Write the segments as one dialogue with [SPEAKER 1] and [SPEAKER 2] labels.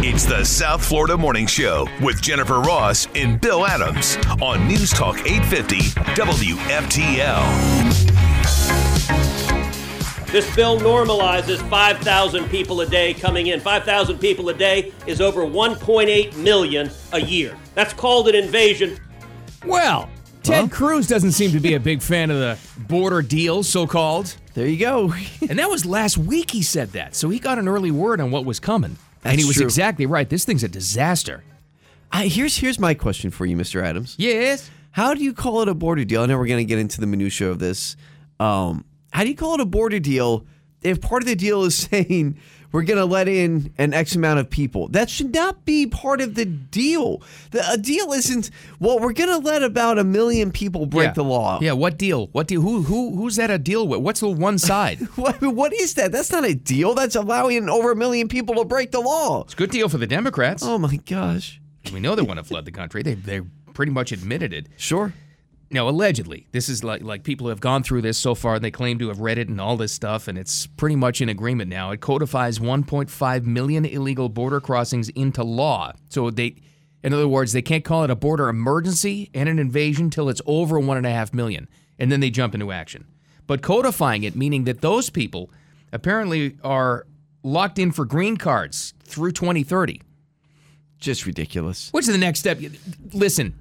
[SPEAKER 1] It's the South Florida Morning Show with Jennifer Ross and Bill Adams on News Talk 850 WFTL.
[SPEAKER 2] This bill normalizes 5,000 people a day coming in. 5,000 people a day is over 1.8 million a year. That's called an invasion.
[SPEAKER 3] Well, Ted Cruz doesn't seem to be a big fan of the border deal, so called.
[SPEAKER 4] There you go.
[SPEAKER 3] And that was last week he said that. So he got an early word on what was coming. and
[SPEAKER 4] That's
[SPEAKER 3] he was
[SPEAKER 4] true.
[SPEAKER 3] exactly right. This thing's a disaster.
[SPEAKER 4] I, here's here's my question for you, Mr. Adams.
[SPEAKER 3] Yes.
[SPEAKER 4] How do you call it a border deal? I know we're going to get into the minutia of this. Um, how do you call it a border deal if part of the deal is saying we're going to let in an X amount of people? That should not be part of the deal. The, a deal isn't well. We're going to let about a million people break
[SPEAKER 3] yeah.
[SPEAKER 4] the law.
[SPEAKER 3] Yeah, what deal? What deal? Who who who's that a deal with? What's the one side? it's
[SPEAKER 4] What, what is that? That's not a deal. That's allowing over a million people to break the law.
[SPEAKER 3] a good deal for the Democrats.
[SPEAKER 4] Oh my gosh.
[SPEAKER 3] We know they want to flood the country. They they pretty much admitted it.
[SPEAKER 4] Sure.
[SPEAKER 3] Now, allegedly, this is like like people have gone through this so far, and they claim to have read it and all this stuff, and it's pretty much in agreement now. It codifies 1.5 million illegal border crossings into law. So they, in other words, they can't call it a border emergency and an invasion till it's over one and a half million, and then they jump into action. But codifying it, meaning that those people apparently are locked in for green cards through 2030.
[SPEAKER 4] Just ridiculous.
[SPEAKER 3] What's the next step? Listen,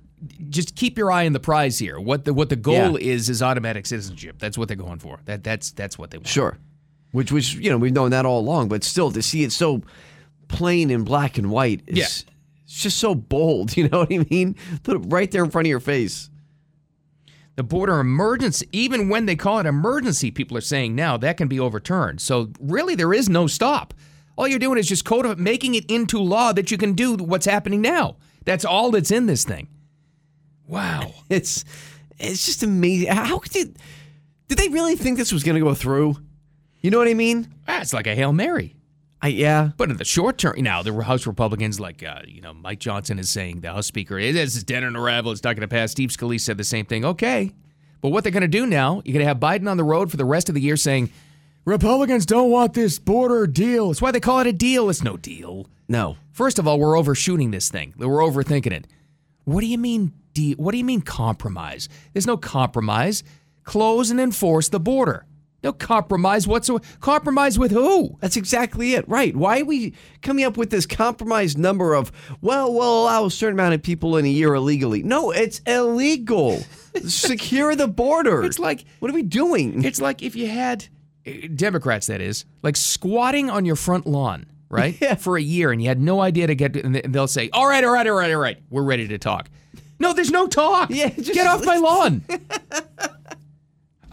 [SPEAKER 3] just keep your eye on the prize here. What the what the goal is is automatic citizenship. That's what they're going for. That that's that's what they want.
[SPEAKER 4] Sure. Which which you know, we've known that all along, but still to see it so plain in black and white is
[SPEAKER 3] Yeah.
[SPEAKER 4] it's just so bold, you know what I mean? Put it right there in front of your face.
[SPEAKER 3] The border emergency, even when they call it emergency, people are saying now that can be overturned. So really, there is no stop. All you're doing is just code of making it into law that you can do what's happening now. That's all that's in this thing. Wow.
[SPEAKER 4] It's it's just amazing. How could did did they really think this was gonna go through? You know what I mean?
[SPEAKER 3] That's like a hail mary.
[SPEAKER 4] I yeah.
[SPEAKER 3] But in the short term, now the House Republicans, like uh, you know, Mike Johnson is saying the House Speaker "Eh, this is dead on arrival. It's not going to pass. Steve Scalise said the same thing. Okay, but what they're going to do now? You're going to have Biden on the road for the rest of the year saying Republicans don't want this border deal. It's why they call it a deal. It's no deal.
[SPEAKER 4] No.
[SPEAKER 3] First of all, we're overshooting this thing. We're overthinking it. What do you mean? De- what do you mean compromise? There's no compromise. Close and enforce the border. No compromise whatsoever. Compromise with who?
[SPEAKER 4] That's exactly it. Right. Why are we coming up with this compromised number of, well, we'll allow a certain amount of people in a year illegally? No, it's illegal. Secure the border.
[SPEAKER 3] It's like-
[SPEAKER 4] what are we doing?
[SPEAKER 3] It's like if you had eh, Democrats, that is, like squatting on your front lawn, right,
[SPEAKER 4] Yeah.
[SPEAKER 3] for a year, and you had no idea to get. And they- and they'll say, "All right, all right, all right, all right, we're ready to talk." No, there's no talk.
[SPEAKER 4] Yeah, just-
[SPEAKER 3] get off my lawn.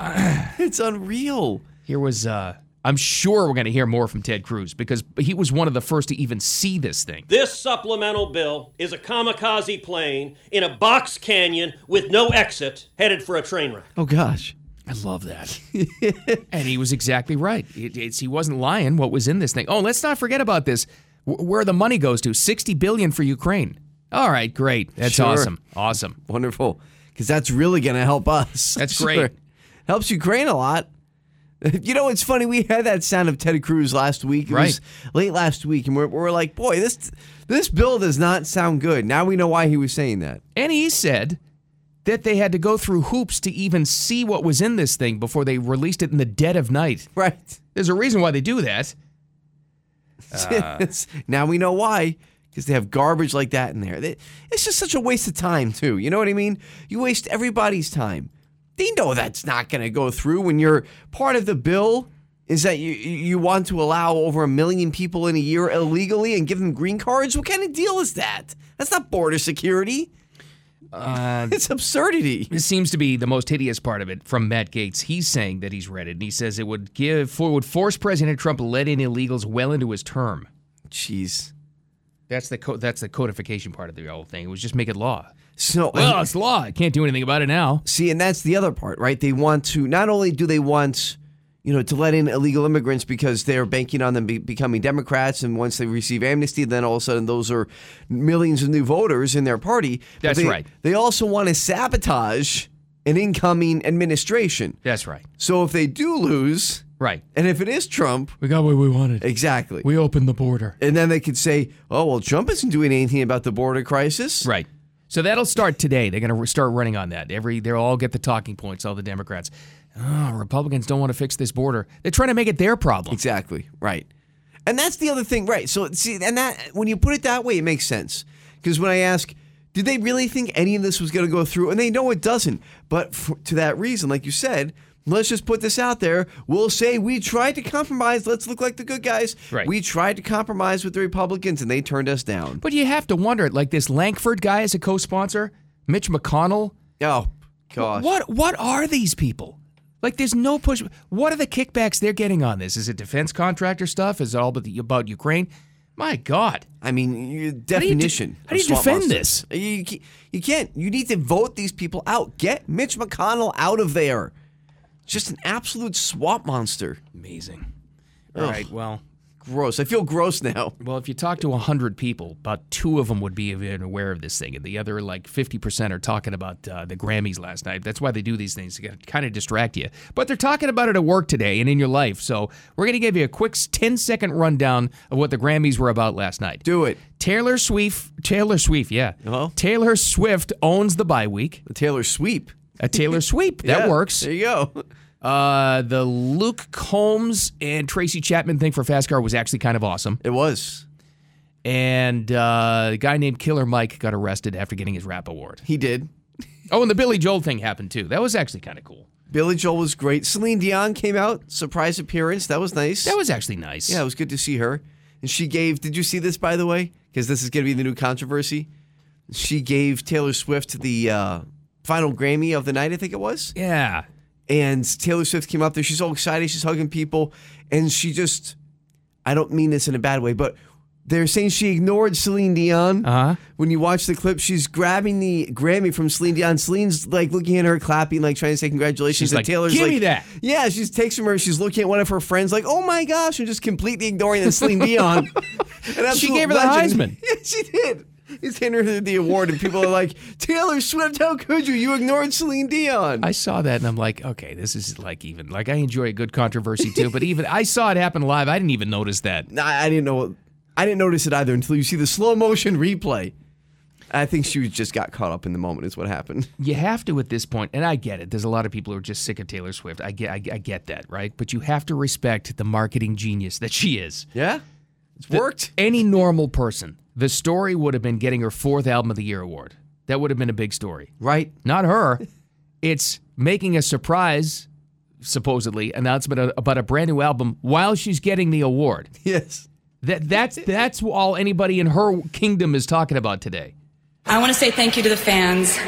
[SPEAKER 4] It's unreal.
[SPEAKER 3] Here was. uh I'm sure we're going to hear more from Ted Cruz because he was one of the first to even see this thing.
[SPEAKER 2] This supplemental bill is a kamikaze plane in a box canyon with no exit headed for a train wreck.
[SPEAKER 4] Oh gosh.
[SPEAKER 3] I love that. and he was exactly right. It, it's, he wasn't lying. What was in this thing? Oh, let's not forget about this. W- where the money goes to? Sixty billion for Ukraine. All right, great. That's
[SPEAKER 4] Sure.
[SPEAKER 3] awesome. Awesome.
[SPEAKER 4] Wonderful. Because that's really going to help us.
[SPEAKER 3] That's great.
[SPEAKER 4] Helps Ukraine a lot. You know, it's funny. We had that sound of Ted Cruz last week. It
[SPEAKER 3] Right.
[SPEAKER 4] was late last week, and we're, we're like, boy, this this bill does not sound good. Now we know why he was saying that.
[SPEAKER 3] And he said that they had to go through hoops to even see what was in this thing before they released it in the dead of night.
[SPEAKER 4] Right.
[SPEAKER 3] There's a reason why they do that. Uh,
[SPEAKER 4] now we know why because they have garbage like that in there. They- It's just such a waste of time, too. You know what I mean? You waste everybody's time. They know that's not going to go through when you're part of the bill. Is that you? You want to allow over a million people in a year illegally and give them green cards? What kind of deal is that? That's not border security.
[SPEAKER 3] Uh,
[SPEAKER 4] it's absurdity.
[SPEAKER 3] This seems to be the most hideous part of it from Matt Gates. He's saying that he's read it, and he says it would give for would force President Trump to let in illegals well into his term.
[SPEAKER 4] Jeez,
[SPEAKER 3] That's the co- that's the codification part of the whole thing. It was just make it law.
[SPEAKER 4] So
[SPEAKER 3] Well, it's law. I can't do anything about it now.
[SPEAKER 4] See, and that's the other part, right? They want to not only do they want, you know, to let in illegal immigrants because they're banking on them be- becoming Democrats, and once they receive amnesty, then all of a sudden those are millions of new voters in their party. But
[SPEAKER 3] That's
[SPEAKER 4] they-
[SPEAKER 3] right.
[SPEAKER 4] They also want to sabotage an incoming administration.
[SPEAKER 3] That's right.
[SPEAKER 4] So if they do lose,
[SPEAKER 3] Right.
[SPEAKER 4] and if it is Trump,
[SPEAKER 3] We got what we wanted.
[SPEAKER 4] exactly.
[SPEAKER 3] We opened the border.
[SPEAKER 4] and then they could say, "Oh well, Trump isn't doing anything about the border crisis."
[SPEAKER 3] Right. So that'll start today. They're going to start running on that. Every they'll all get the talking points. All the Democrats. Oh, Republicans don't want to fix this border. They're trying to make it their problem.
[SPEAKER 4] Exactly. Right. And that's the other thing, right? So see, and that when you put it that way, it makes sense. Because when I ask, did they really think any of this was going to go through? And they know it doesn't. But for, to that reason, like you said, let's just put this out there. We'll say we tried to compromise. Let's look like the good guys.
[SPEAKER 3] Right.
[SPEAKER 4] We tried to compromise with the Republicans, and they turned us down.
[SPEAKER 3] But you have to wonder, like this Lankford guy is a co-sponsor, Mitch McConnell.
[SPEAKER 4] Oh gosh.
[SPEAKER 3] What what are these people? Like there's no push. What are the kickbacks they're getting on this? Is it defense contractor stuff? Is it all about, the, about Ukraine? My God.
[SPEAKER 4] I mean, your
[SPEAKER 3] do you de-
[SPEAKER 4] definition.
[SPEAKER 3] how do
[SPEAKER 4] of
[SPEAKER 3] you
[SPEAKER 4] swamp
[SPEAKER 3] defend
[SPEAKER 4] monster. You, ca- you can't. You need to vote these people out. Get Mitch McConnell out of there. Just an absolute swamp monster.
[SPEAKER 3] Amazing. All right. Well,
[SPEAKER 4] Gross. I feel gross now.
[SPEAKER 3] well, if you talk to 100 people, about two of them would be even aware of this thing, and the other, like 50%, are talking about uh, the Grammys last night. That's why they do these things, to kind of distract you. But they're talking about it at work today and in your life. So we're going to give you a quick 10 second rundown of what the Grammys were about last night.
[SPEAKER 4] Do it.
[SPEAKER 3] Taylor Swift, Taylor Swift, yeah.
[SPEAKER 4] Uh-huh.
[SPEAKER 3] Taylor Swift owns the bye week.
[SPEAKER 4] The Taylor sweep.
[SPEAKER 3] A Taylor sweep that
[SPEAKER 4] Yeah,
[SPEAKER 3] works.
[SPEAKER 4] There you go.
[SPEAKER 3] Uh, the Luke Combs and Tracy Chapman thing for Fast Car was actually kind of awesome.
[SPEAKER 4] It was.
[SPEAKER 3] And uh, a guy named Killer Mike got arrested after getting his rap award.
[SPEAKER 4] He did.
[SPEAKER 3] Oh, and the Billy Joel thing happened too. That was actually kind of cool.
[SPEAKER 4] Billy Joel was great. Celine Dion came out. Surprise appearance. That was nice.
[SPEAKER 3] That was actually nice.
[SPEAKER 4] Yeah, it was good to see her. And she gave, did you see this, by the way? Because this is going to be the new controversy. She gave Taylor Swift the uh, final Grammy of the night, I think it was.
[SPEAKER 3] Yeah.
[SPEAKER 4] And Taylor Swift came up there. She's all excited. She's hugging people. And she just, I don't mean this in a bad way, but they're saying she ignored Celine Dion.
[SPEAKER 3] Uh-huh.
[SPEAKER 4] When you watch the clip, she's grabbing the Grammy from Celine Dion. Celine's like looking at her, clapping, like trying to say congratulations.
[SPEAKER 3] She's
[SPEAKER 4] and
[SPEAKER 3] like,
[SPEAKER 4] Taylor's
[SPEAKER 3] "Give
[SPEAKER 4] like,
[SPEAKER 3] me that."
[SPEAKER 4] Yeah, she takes from her. She's looking at one of her friends, like, oh my gosh, and just completely ignoring that Celine Dion. And
[SPEAKER 3] She gave her the Heisman.
[SPEAKER 4] Yeah, she did. He's handing her the award, and people are like, Taylor Swift, how could you? You ignored Celine Dion.
[SPEAKER 3] I saw that and I'm like, okay, this is like even like I enjoy a good controversy too, but even I saw it happen live. I didn't even notice that.
[SPEAKER 4] I, I didn't know. I didn't notice it either until you see the slow motion replay. I think she just got caught up in the moment. Is what happened.
[SPEAKER 3] you have to at this point, and I get it. There's a lot of people who are just sick of Taylor Swift. I get, I, I get that, right? But you have to respect the marketing genius that she is.
[SPEAKER 4] Yeah, it's worked.
[SPEAKER 3] Any normal person, the story would have been getting her fourth album of the year award. That would have been a big story.
[SPEAKER 4] Right.
[SPEAKER 3] Not her. It's making a surprise, supposedly announcement about a brand new album while she's getting the award.
[SPEAKER 4] Yes.
[SPEAKER 3] That that's that's all anybody in her kingdom is talking about today.
[SPEAKER 5] I want to say thank you to the fans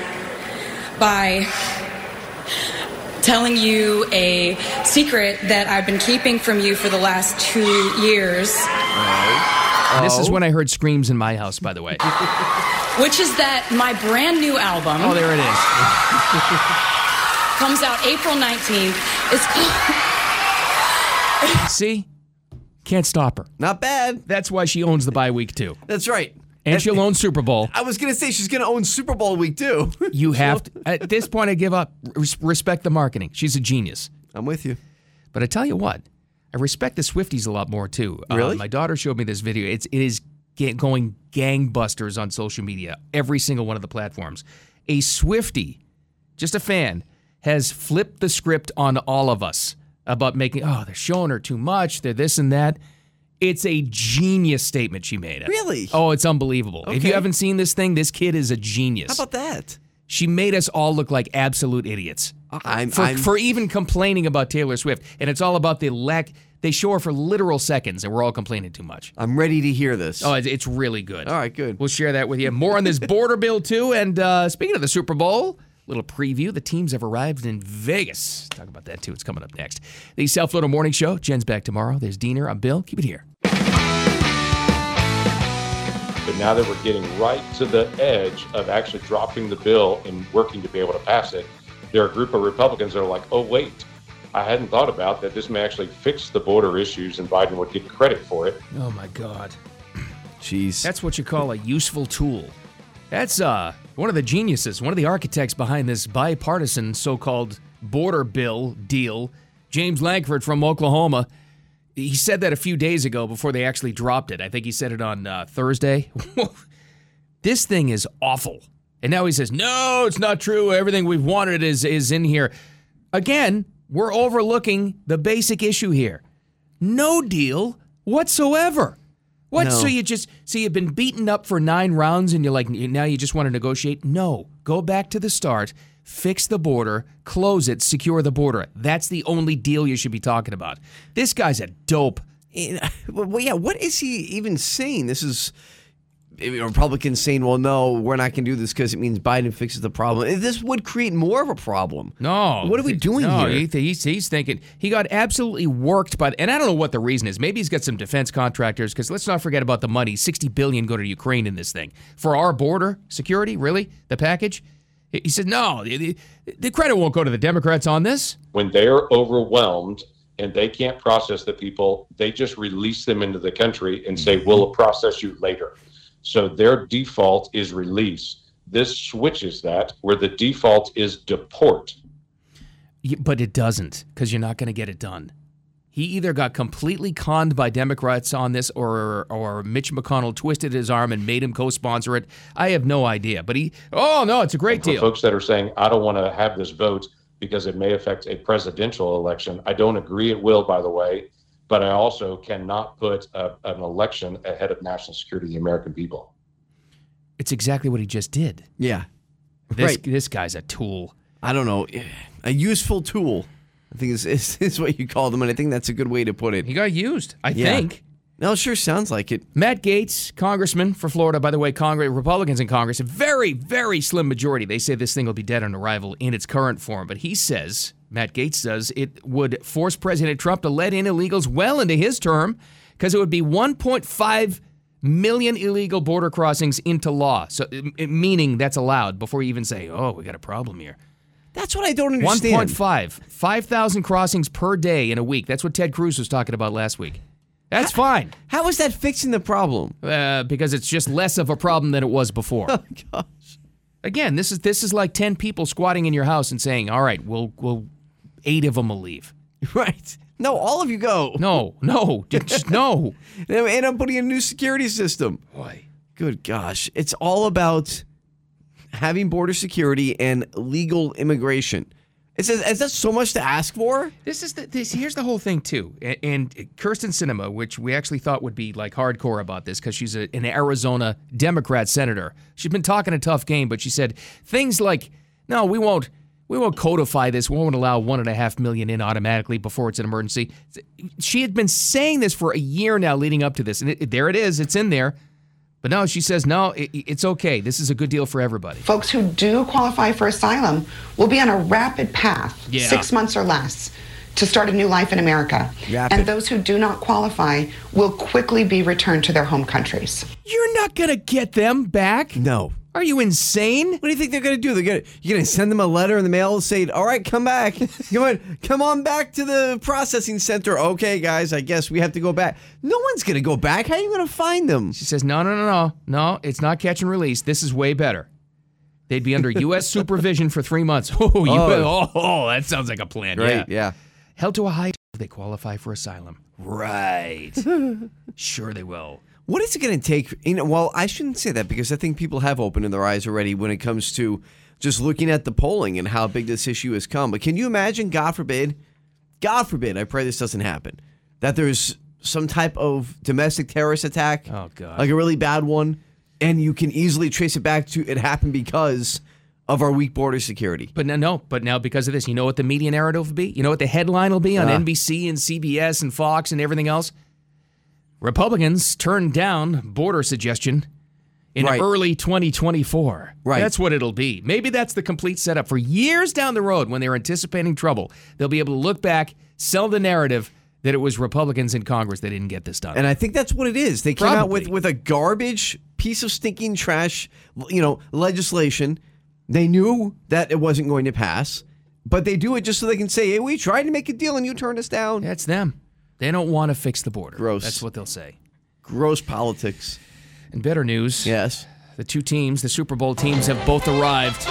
[SPEAKER 5] by telling you a secret that I've been keeping from you for the last two years,
[SPEAKER 3] This
[SPEAKER 4] Oh.
[SPEAKER 3] is when I heard screams in my house. By the way.
[SPEAKER 5] which is that my brand new album
[SPEAKER 3] Oh, there it is.
[SPEAKER 5] comes out April 19th. It's called.
[SPEAKER 3] See? Can't stop her.
[SPEAKER 4] Not bad.
[SPEAKER 3] That's why she owns the bye week too.
[SPEAKER 4] That's right.
[SPEAKER 3] And she'll own Super Bowl.
[SPEAKER 4] I was gonna say she's gonna own Super Bowl week too.
[SPEAKER 3] You have to, at this point I give up. Res- respect the marketing. She's a genius.
[SPEAKER 4] I'm with you.
[SPEAKER 3] But I tell you what, I respect the Swifties a lot more too. Uh,
[SPEAKER 4] Really?
[SPEAKER 3] my daughter showed me this video. It's it is ga- going gangbusters on social media. Every single one of the platforms. A Swiftie, just a fan, has flipped the script on all of us about making. Oh, they're showing her too much. They're this and that. It's a genius statement she made.
[SPEAKER 4] Really?
[SPEAKER 3] Oh, it's unbelievable. If you
[SPEAKER 4] Okay.
[SPEAKER 3] haven't seen this thing, this kid is a genius.
[SPEAKER 4] How about that?
[SPEAKER 3] she made us all look like absolute idiots
[SPEAKER 4] I'm,
[SPEAKER 3] for,
[SPEAKER 4] I'm
[SPEAKER 3] for even complaining about Taylor Swift. And it's all about the lack. They show her for literal seconds, and we're all complaining too much.
[SPEAKER 4] I'm ready to hear this.
[SPEAKER 3] Oh, it's- it's really good.
[SPEAKER 4] All right, good.
[SPEAKER 3] We'll share that with you. More on this border bill, too. And uh, speaking of the Super Bowl, little preview. The teams have arrived in Vegas. Talk about that, too. It's coming up next. The South Florida Morning Show. Jen's back tomorrow. There's Diener. I'm Bill. Keep it here.
[SPEAKER 6] But now that we're getting right to the edge of actually dropping the bill and working to be able to pass it, there are a group of Republicans that are like, oh, wait, I hadn't thought about that this may actually fix the border issues and Biden would get credit for it.
[SPEAKER 3] Oh my God.
[SPEAKER 4] Jeez.
[SPEAKER 3] That's what you call a useful tool. That's uh, one of the geniuses, one of the architects behind this bipartisan so called border bill deal, James Langford from Oklahoma. He said that a few days ago before they actually dropped it. I think he said it on uh, Thursday. this thing is awful. And now he says, no, it's not true. Everything we've wanted is, is in here. Again, we're overlooking the basic issue here no deal whatsoever. What?
[SPEAKER 4] No.
[SPEAKER 3] So you just so you've been beaten up for nine rounds, and you're like, now you just want to negotiate? No, go back to the start, fix the border, close it, secure the border. That's the only deal you should be talking about. This guy's a dope.
[SPEAKER 4] And- Eh, well, yeah, what is he even saying? This is maybe Republicans saying, well, no, we're not going to do this because it means Biden fixes the problem. Eh, This would create more of a problem.
[SPEAKER 3] No.
[SPEAKER 4] What are we doing
[SPEAKER 3] no,
[SPEAKER 4] here?
[SPEAKER 3] he th- he's, he's thinking he got absolutely worked by, and I don't know what the reason is. Maybe he's got some defense contractors because let's not forget about the money. Sixty billion go to Ukraine in this thing for our border security. Really, the package. He he said no. The, the- the credit won't go to the Democrats on this.
[SPEAKER 6] When they are overwhelmed and they can't process the people, they just release them into the country and say, we'll process you later. So their default is release. This switches that, where the default is deport.
[SPEAKER 3] Y- But it doesn't because you're not going to get it done. He either got completely conned by Democrats on this, or or Mitch McConnell twisted his arm and made him co-sponsor it. I have no idea. But he, oh no, it's a great
[SPEAKER 6] For
[SPEAKER 3] deal.
[SPEAKER 6] folks that are saying, I don't want to have this vote because it may affect a presidential election, I don't agree it will, by the way, but I also cannot put a, an election ahead of national security of the American people.
[SPEAKER 3] It's exactly what he just did.
[SPEAKER 4] Yeah.
[SPEAKER 3] This
[SPEAKER 4] Right.
[SPEAKER 3] this guy's a tool.
[SPEAKER 4] I don't know. Eh, A useful tool, I think is, is, is what you call them. And I think that's a good way to put it.
[SPEAKER 3] He got used, I
[SPEAKER 4] Yeah.
[SPEAKER 3] think.
[SPEAKER 4] No, it sure sounds like it.
[SPEAKER 3] Matt Gates, congressman for Florida, by the way, Congress Republicans in Congress, a very, very slim majority. They say this thing will be dead on arrival in its current form, but he says, Matt Gates says, it would force President Trump to let in illegals well into his term because it would be 1.5 million illegal border crossings into law. So, it- it- meaning that's allowed before you even say, oh, we got a problem here.
[SPEAKER 4] That's what I don't understand.
[SPEAKER 3] 1.5, 5,000 crossings per day in a week. That's what Ted Cruz was talking about last week. That's fine
[SPEAKER 4] How is that fixing the problem?
[SPEAKER 3] uh, because it's just less of a problem than it was before.
[SPEAKER 4] Oh, gosh.
[SPEAKER 3] Again, this is this is like ten people squatting in your house and saying, "All right, we'll we'll eight of them will leave."
[SPEAKER 4] Right. No, all of you go.
[SPEAKER 3] No, no, just no.
[SPEAKER 4] And I'm putting in a new security system.
[SPEAKER 3] Boy,
[SPEAKER 4] Good gosh. It's all about having border security and legal immigration. It's, is that so much to ask for?
[SPEAKER 3] this is the, this. Here's the whole thing too. A- And Kirsten Cinema, which we actually thought would be like hardcore about this because she's a, an Arizona Democrat senator. She's been talking a tough game, but she said things like, "No, we won't." We won't codify this. We won't allow one and a half million in automatically before it's an emergency. She had been saying this for a year now leading up to this, and it, it- there it is. It's in there. But no, she says, no, it, it's okay. This is a good deal for everybody.
[SPEAKER 7] folks who do qualify for asylum will be on a rapid path,
[SPEAKER 3] Yeah.
[SPEAKER 7] six months or less, to start a new life in America.
[SPEAKER 4] Rapid.
[SPEAKER 7] And those who do not qualify will quickly be returned to their home countries.
[SPEAKER 3] You're not going to get them back.
[SPEAKER 4] No.
[SPEAKER 3] Are you insane?
[SPEAKER 4] What do you think they're gonna do? They're gonna you're gonna send them a letter in the mail saying, "All right, come back, come on, come on back to the processing center." Okay, guys, I guess we have to go back. No one's gonna go back. How are you gonna find them?
[SPEAKER 3] She says, no, no, no, no, no, it's not catch and release. This is way better. They'd be under U.S. supervision for three months. Oh, you, oh. that sounds like a plan.
[SPEAKER 4] Right?
[SPEAKER 3] Yeah.
[SPEAKER 4] Yeah.
[SPEAKER 3] Held to a high. They qualify for asylum. Right. sure they will.
[SPEAKER 4] What is it gonna take? You know, well, I shouldn't say that because I think people have opened their eyes already when it comes to just looking at the polling and how big this issue has come. But can you imagine? God forbid, God forbid. I pray this doesn't happen. That there's some type of domestic terrorist attack.
[SPEAKER 3] Oh, God.
[SPEAKER 4] like a really bad one, and you can easily trace it back to it happened because of our weak border security.
[SPEAKER 3] But no, no, but now because of this, you know what the media narrative will be? You know what the headline will be on NBC and CBS and Fox and everything else? Republicans turned down border suggestion in
[SPEAKER 4] Right.
[SPEAKER 3] early 2024.
[SPEAKER 4] Right.
[SPEAKER 3] That's what it'll be. Maybe that's the complete setup for years down the road when they're anticipating trouble. They'll be able to look back, sell the narrative that it was Republicans in Congress that didn't get this done.
[SPEAKER 4] And I think that's what it is. They came out with
[SPEAKER 3] Probably.
[SPEAKER 4] with a garbage piece of stinking trash, you know, legislation. They knew that it wasn't going to pass, but they do it just so they can say, "Hey, we tried to make a deal and you turned us down."
[SPEAKER 3] That's them. They don't want to fix the border.
[SPEAKER 4] Gross.
[SPEAKER 3] That's what they'll say.
[SPEAKER 4] Gross politics.
[SPEAKER 3] And better news.
[SPEAKER 4] Yes.
[SPEAKER 3] The two teams, the Super Bowl teams, have both arrived.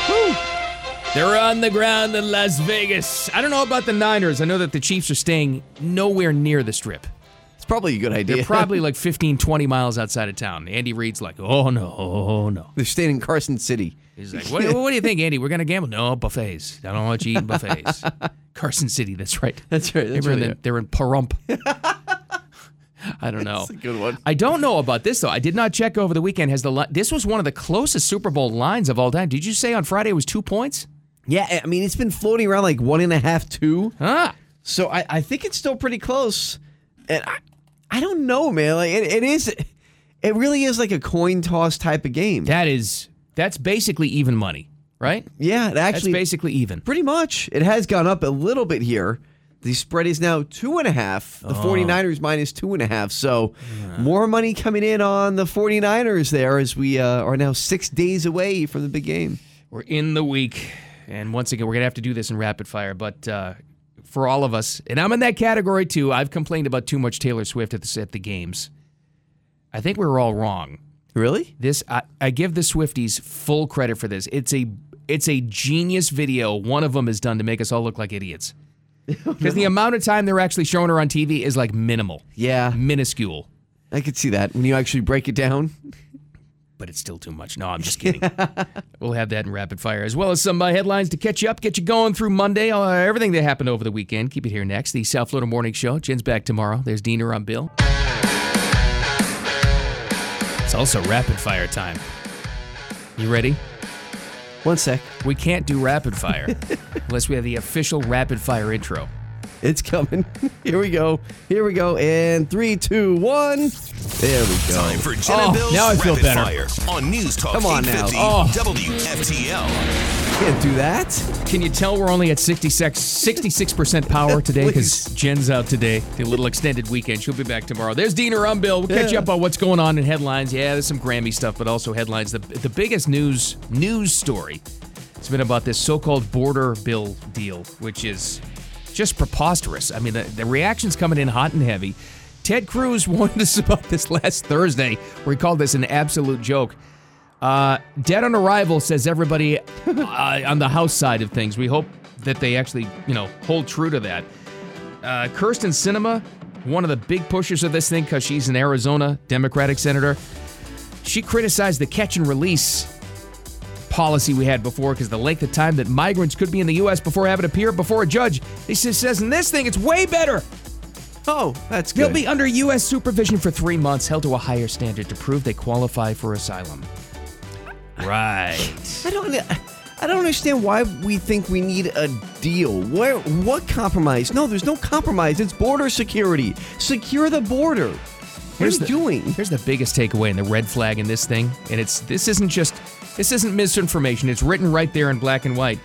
[SPEAKER 3] They're on the ground in Las Vegas. I don't know about the Niners. I know that the Chiefs are staying nowhere near the strip.
[SPEAKER 4] It's probably a good idea.
[SPEAKER 3] They're probably like 15, 20 miles outside of town. Andy Reid's like, oh no, oh no.
[SPEAKER 4] They're staying in Carson City.
[SPEAKER 3] He's like, what, what do you think, Andy? We're going to gamble? No, buffets. I don't want you eating buffets. Carson City, that's right.
[SPEAKER 4] That's right.
[SPEAKER 3] They
[SPEAKER 4] That's
[SPEAKER 3] were in the-
[SPEAKER 4] where they are.
[SPEAKER 3] they're in Pahrump. I don't know.
[SPEAKER 4] That's a good one.
[SPEAKER 3] I don't know about this though. I did not check over the weekend. Has the li- this was one of the closest Super Bowl lines of all time? Did you say on Friday it was two points?
[SPEAKER 4] Yeah, I mean, it's been floating around like one and a half, two.
[SPEAKER 3] Ah,
[SPEAKER 4] So I, I think it's still pretty close. And I, I don't know, man. Like it, it is, it really is like a coin toss type of game.
[SPEAKER 3] that is that's basically even money, right?
[SPEAKER 4] yeah, it
[SPEAKER 3] That's
[SPEAKER 4] actually,
[SPEAKER 3] basically even.
[SPEAKER 4] pretty much. It has gone up a little bit here. The spread is now two and a half. The 49ers minus two and a half. So more money coming in on the 49ers there as we uh, are now six days away from the big game.
[SPEAKER 3] We're in the week, and once again, we're gonna have to do this in rapid fire. But uh, for all of us, and I'm in that category too. I've complained about too much Taylor Swift at the, at the games. I think we were all wrong.
[SPEAKER 4] Really?
[SPEAKER 3] This I, I give the Swifties full credit for this. It's a it's a genius video. One of them is done to make us all look like idiots. Because the amount of time they're actually showing her on TV is like minimal,
[SPEAKER 4] Yeah,
[SPEAKER 3] minuscule,
[SPEAKER 4] I could see that when you actually break it down.
[SPEAKER 3] but it's still too much. No, I'm just kidding. we'll have that in rapid fire, as well as some uh, headlines to catch you up, get you going through Monday, uh, everything that happened over the weekend. Keep it here next. The South Florida Morning Show. Jen's back tomorrow. There's Diener on Bill. It's also rapid fire time. You ready?
[SPEAKER 4] One sec,
[SPEAKER 3] We can't do rapid fire unless we have the official rapid fire intro.
[SPEAKER 4] it's coming. Here we go. Here we go. And three, two, one. There we go.
[SPEAKER 1] Time for Jen and
[SPEAKER 3] Oh,
[SPEAKER 1] Bill's
[SPEAKER 3] now I feel
[SPEAKER 1] Rapid
[SPEAKER 3] better.
[SPEAKER 1] Fire on News Talk
[SPEAKER 4] Come on now.
[SPEAKER 1] 850
[SPEAKER 3] Oh.
[SPEAKER 1] WFTL.
[SPEAKER 4] Can't do that.
[SPEAKER 3] Can you tell we're only at 66, 66% power today because
[SPEAKER 4] Please.
[SPEAKER 3] Jen's out today, the little extended weekend. She'll be back tomorrow. There's Dean Rumbill. We'll catch you up on what's going on in headlines. Yeah, there's some Grammy stuff, but also headlines. The, the biggest news news story has been about this so-called border bill deal, which is just preposterous. I mean, the, the reaction's coming in hot and heavy. Ted Cruz warned us about this last Thursday, where he called this an absolute joke. Uh, dead on arrival says everybody uh, on the House side of things. We hope that they actually, you know, hold true to that. Uh, Kirsten Cinema, one of the big pushers of this thing, because she's an Arizona Democratic senator, she criticized the catch and release policy we had before because the length of time that migrants could be in the U.S. before having to appear before a judge. She says, says in this thing, it's way better.
[SPEAKER 4] Oh, that's good.
[SPEAKER 3] They'll be under U.S. supervision for three months, held to a higher standard to prove they qualify for asylum. Right.
[SPEAKER 4] I don't. I don't understand why we think we need a deal. Where? What compromise? No, there's no compromise. It's border security. Secure the border. What are you
[SPEAKER 3] the,
[SPEAKER 4] doing?
[SPEAKER 3] Here's the biggest takeaway and the red flag in this thing, and it's this isn't just this isn't misinformation. It's written right there in black and white.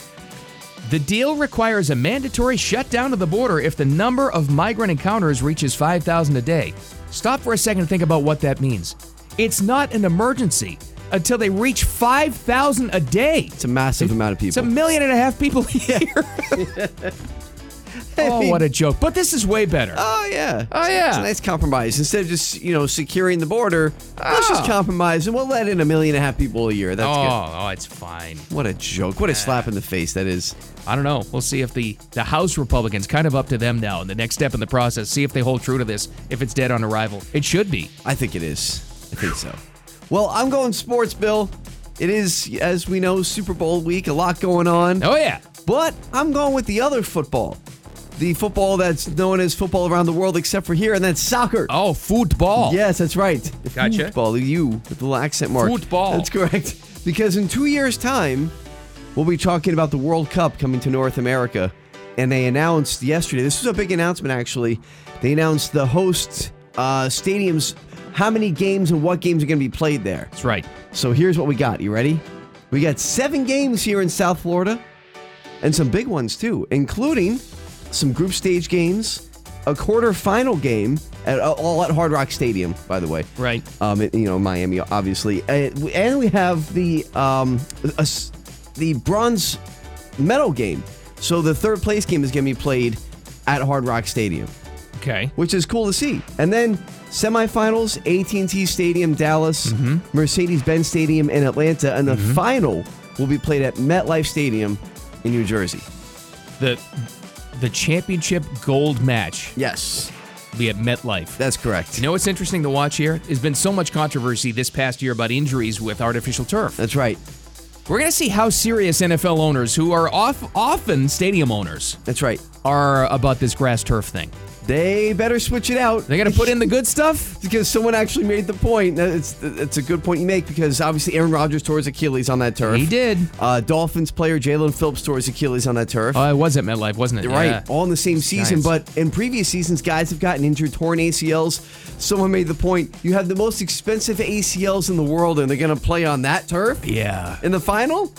[SPEAKER 3] The deal requires a mandatory shutdown of the border if the number of migrant encounters reaches 5,000 a day. Stop for a second and think about what that means. It's not an emergency until they reach 5,000 a day.
[SPEAKER 4] It's a massive amount of
[SPEAKER 3] It's a
[SPEAKER 4] people.
[SPEAKER 3] million and a half people a year. oh, what a joke. But this is way better.
[SPEAKER 4] Oh yeah.
[SPEAKER 3] Oh, yeah.
[SPEAKER 4] It's a nice compromise. Instead of just you know securing the border, let's
[SPEAKER 3] Oh.
[SPEAKER 4] just compromise and we'll let in a million and a half people a year. That's
[SPEAKER 3] oh, oh, it's fine.
[SPEAKER 4] good. What a joke. What a slap in the face that is.
[SPEAKER 3] I don't know. We'll see if the, the House Republicans, kind of up to them now, in the next step in the process, see if they hold true to this, if it's dead on arrival. It should be.
[SPEAKER 4] I think it is. I think so. Well, I'm going sports, Bill. It is, as we know, Super Bowl week. A lot going on.
[SPEAKER 3] Oh, yeah.
[SPEAKER 4] But I'm going with the other football. The football that's known as football around the world, except for here, and that's soccer.
[SPEAKER 3] Oh, football.
[SPEAKER 4] Yes, that's right.
[SPEAKER 3] Gotcha.
[SPEAKER 4] Football, the U with the little accent mark.
[SPEAKER 3] Football.
[SPEAKER 4] That's correct. Because in two years' time, we'll be talking about the World Cup coming to North America. And they announced yesterday, this was a big announcement actually. They announced the host uh, stadiums, how many games and what games are going to be played there.
[SPEAKER 3] That's right.
[SPEAKER 4] So here's what we got. You ready? We got seven games here in South Florida and some big ones too, including some group stage games, a quarterfinal game, at, all at Hard Rock Stadium, by the way.
[SPEAKER 3] Right.
[SPEAKER 4] Um, it- you know, Miami, obviously. Uh, we- And we have the um, a s- the bronze medal game. So the third place game is going to be played at Hard Rock Stadium,
[SPEAKER 3] Okay.
[SPEAKER 4] which is cool to see. And then semifinals: AT&T Stadium, Dallas,
[SPEAKER 3] Mm-hmm.
[SPEAKER 4] Mercedes-Benz Stadium in Atlanta, and the final will be played at MetLife Stadium in New Jersey.
[SPEAKER 3] The the championship gold match
[SPEAKER 4] Yes,
[SPEAKER 3] will be at MetLife.
[SPEAKER 4] that's correct.
[SPEAKER 3] You know what's interesting to watch here? There's been so much controversy this past year about injuries with artificial turf.
[SPEAKER 4] that's right.
[SPEAKER 3] We're going to see how serious NFL owners, who are off, often stadium owners,
[SPEAKER 4] That's right.
[SPEAKER 3] are about this grass turf thing.
[SPEAKER 4] They better switch it out.
[SPEAKER 3] They got to put in the good stuff.
[SPEAKER 4] because someone actually made the point. That It's it's a good point you make because obviously Aaron Rodgers tore his Achilles on that turf.
[SPEAKER 3] He did.
[SPEAKER 4] Uh, Dolphins player Jalen Phillips tore his Achilles on that turf.
[SPEAKER 3] Oh, it was at MetLife, wasn't it?
[SPEAKER 4] Right,
[SPEAKER 3] Yeah.
[SPEAKER 4] all in the same season,
[SPEAKER 3] Giants.
[SPEAKER 4] but in previous seasons, guys have gotten injured, torn ACLs. Someone made the point: you have the most expensive ACLs in the world, and they're going to play on that turf
[SPEAKER 3] Yeah.
[SPEAKER 4] in the final.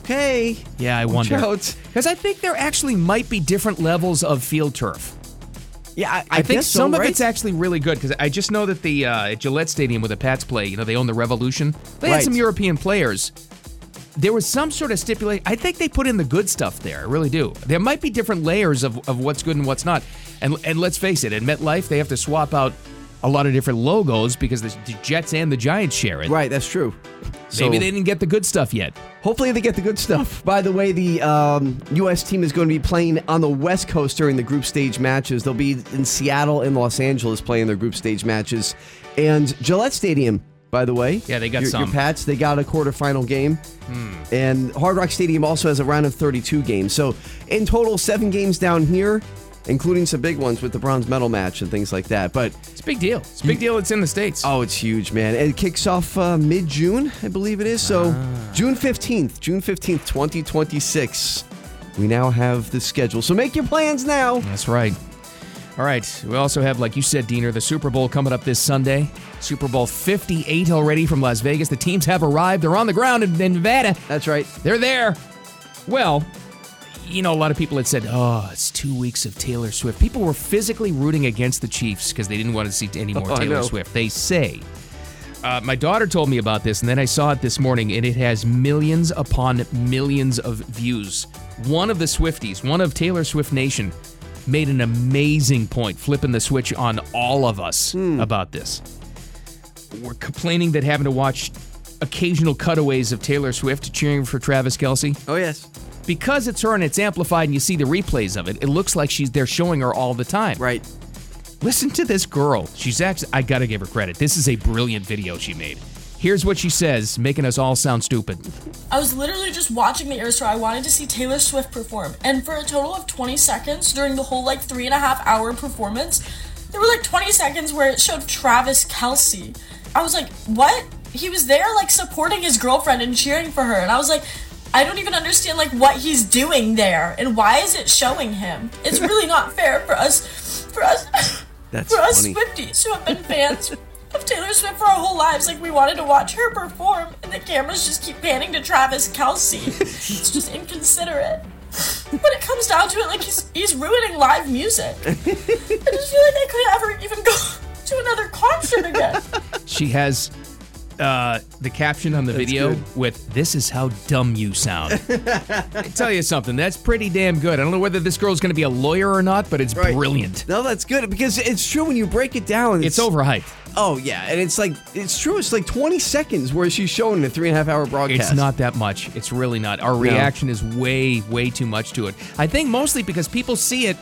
[SPEAKER 4] Okay,
[SPEAKER 3] Yeah, I
[SPEAKER 4] Watch
[SPEAKER 3] wonder.
[SPEAKER 4] out.
[SPEAKER 3] Because I think there actually might be different levels of field turf.
[SPEAKER 4] yeah, I,
[SPEAKER 3] I, think
[SPEAKER 4] guess so,
[SPEAKER 3] some of
[SPEAKER 4] right?
[SPEAKER 3] it's actually really good because I just know that the uh, at Gillette Stadium where the Pats play, you know, they own the Revolution. They had
[SPEAKER 4] Right.
[SPEAKER 3] some European players. There was some sort of stipulation. I think they put in the good stuff there. I really do. There might be different layers of, of what's good and what's not. And and let's face it, at MetLife they have to swap out a lot of different logos because the, the Jets and the Giants share it.
[SPEAKER 4] right. That's true.
[SPEAKER 3] Maybe they
[SPEAKER 4] So-
[SPEAKER 3] didn't get the good stuff yet.
[SPEAKER 4] Hopefully they get the good stuff. By the way, the um, U.S. team is going to be playing on the West Coast during the group stage matches. They'll be in Seattle and Los Angeles playing their group stage matches, and Gillette Stadium. By the way,
[SPEAKER 3] Yeah, they got
[SPEAKER 4] your,
[SPEAKER 3] some. Hmm.
[SPEAKER 4] Your Pats, they got a quarterfinal game, and Hard Rock Stadium also has a round of 32 games. So in total, seven games down here, including some big ones with the bronze medal match and things like that. But
[SPEAKER 3] It's a big deal. It's a big deal. It's in the states.
[SPEAKER 4] Oh, it's huge, man. It kicks off uh, mid June, I believe it is. So
[SPEAKER 3] Ah.
[SPEAKER 4] June 15th, June 15th, 2026. We now have the schedule. So make your plans now.
[SPEAKER 3] That's right. All right. We also have, like you said, Diener, the Super Bowl coming up this Sunday. Super Bowl 58 already from Las Vegas. The teams have arrived. They're on the ground in, in Nevada.
[SPEAKER 4] That's right.
[SPEAKER 3] They're there. Well, you know, a lot of people had said, oh, it's two weeks of Taylor Swift. People were physically rooting against the Chiefs because they didn't want to see any more
[SPEAKER 4] Oh, I
[SPEAKER 3] Taylor
[SPEAKER 4] know.
[SPEAKER 3] Swift. They say. Uh, my daughter told me about this, and then I saw it this morning, and it has millions upon millions of views. One of the Swifties, one of Taylor Swift Nation, made an amazing point, flipping the switch on all of us
[SPEAKER 4] Hmm.
[SPEAKER 3] about this were complaining that having to watch occasional cutaways of Taylor Swift cheering for Travis Kelsey.
[SPEAKER 4] Oh, yes.
[SPEAKER 3] Because it's her and it's amplified and you see the replays of it, it looks like she's they're showing her all the time.
[SPEAKER 4] Right.
[SPEAKER 3] Listen to this girl. She's actually I gotta give her credit. This is a brilliant video she made. Here's what she says, making us all sound stupid.
[SPEAKER 8] I was literally just watching the Eras Tour. I wanted to see Taylor Swift perform, and for a total of 20 seconds during the whole like three and a half hour performance, there were like 20 seconds where it showed Travis Kelsey. I was like, what? He was there like supporting his girlfriend and cheering for her, and I was like, I don't even understand like what he's doing there, and why is it showing him? It's really not fair for us, for us,
[SPEAKER 4] That's
[SPEAKER 8] for us
[SPEAKER 4] funny.
[SPEAKER 8] Swifties who have been fans of Taylor Swift for our whole lives. Like, we wanted to watch her perform, and the cameras just keep panning to Travis Kelsey. it's just inconsiderate. When it comes down to it, like, he's, he's ruining live music. I just feel like I could ever even go to another concert again.
[SPEAKER 3] She has uh, the caption on the video with "This is how dumb you sound." I tell you something, that's pretty damn good. I don't know whether this girl's going to be a lawyer or not, but it's
[SPEAKER 4] Right.
[SPEAKER 3] brilliant.
[SPEAKER 4] No, that's good because it's true when you break it down.
[SPEAKER 3] It's overhyped.
[SPEAKER 4] Oh, yeah. And it's like, it's true. It's like 20 seconds where she's shown in a three and a half hour broadcast.
[SPEAKER 3] It's not that much. It's really not. Our reaction is way, way too much to it. I think mostly because people see it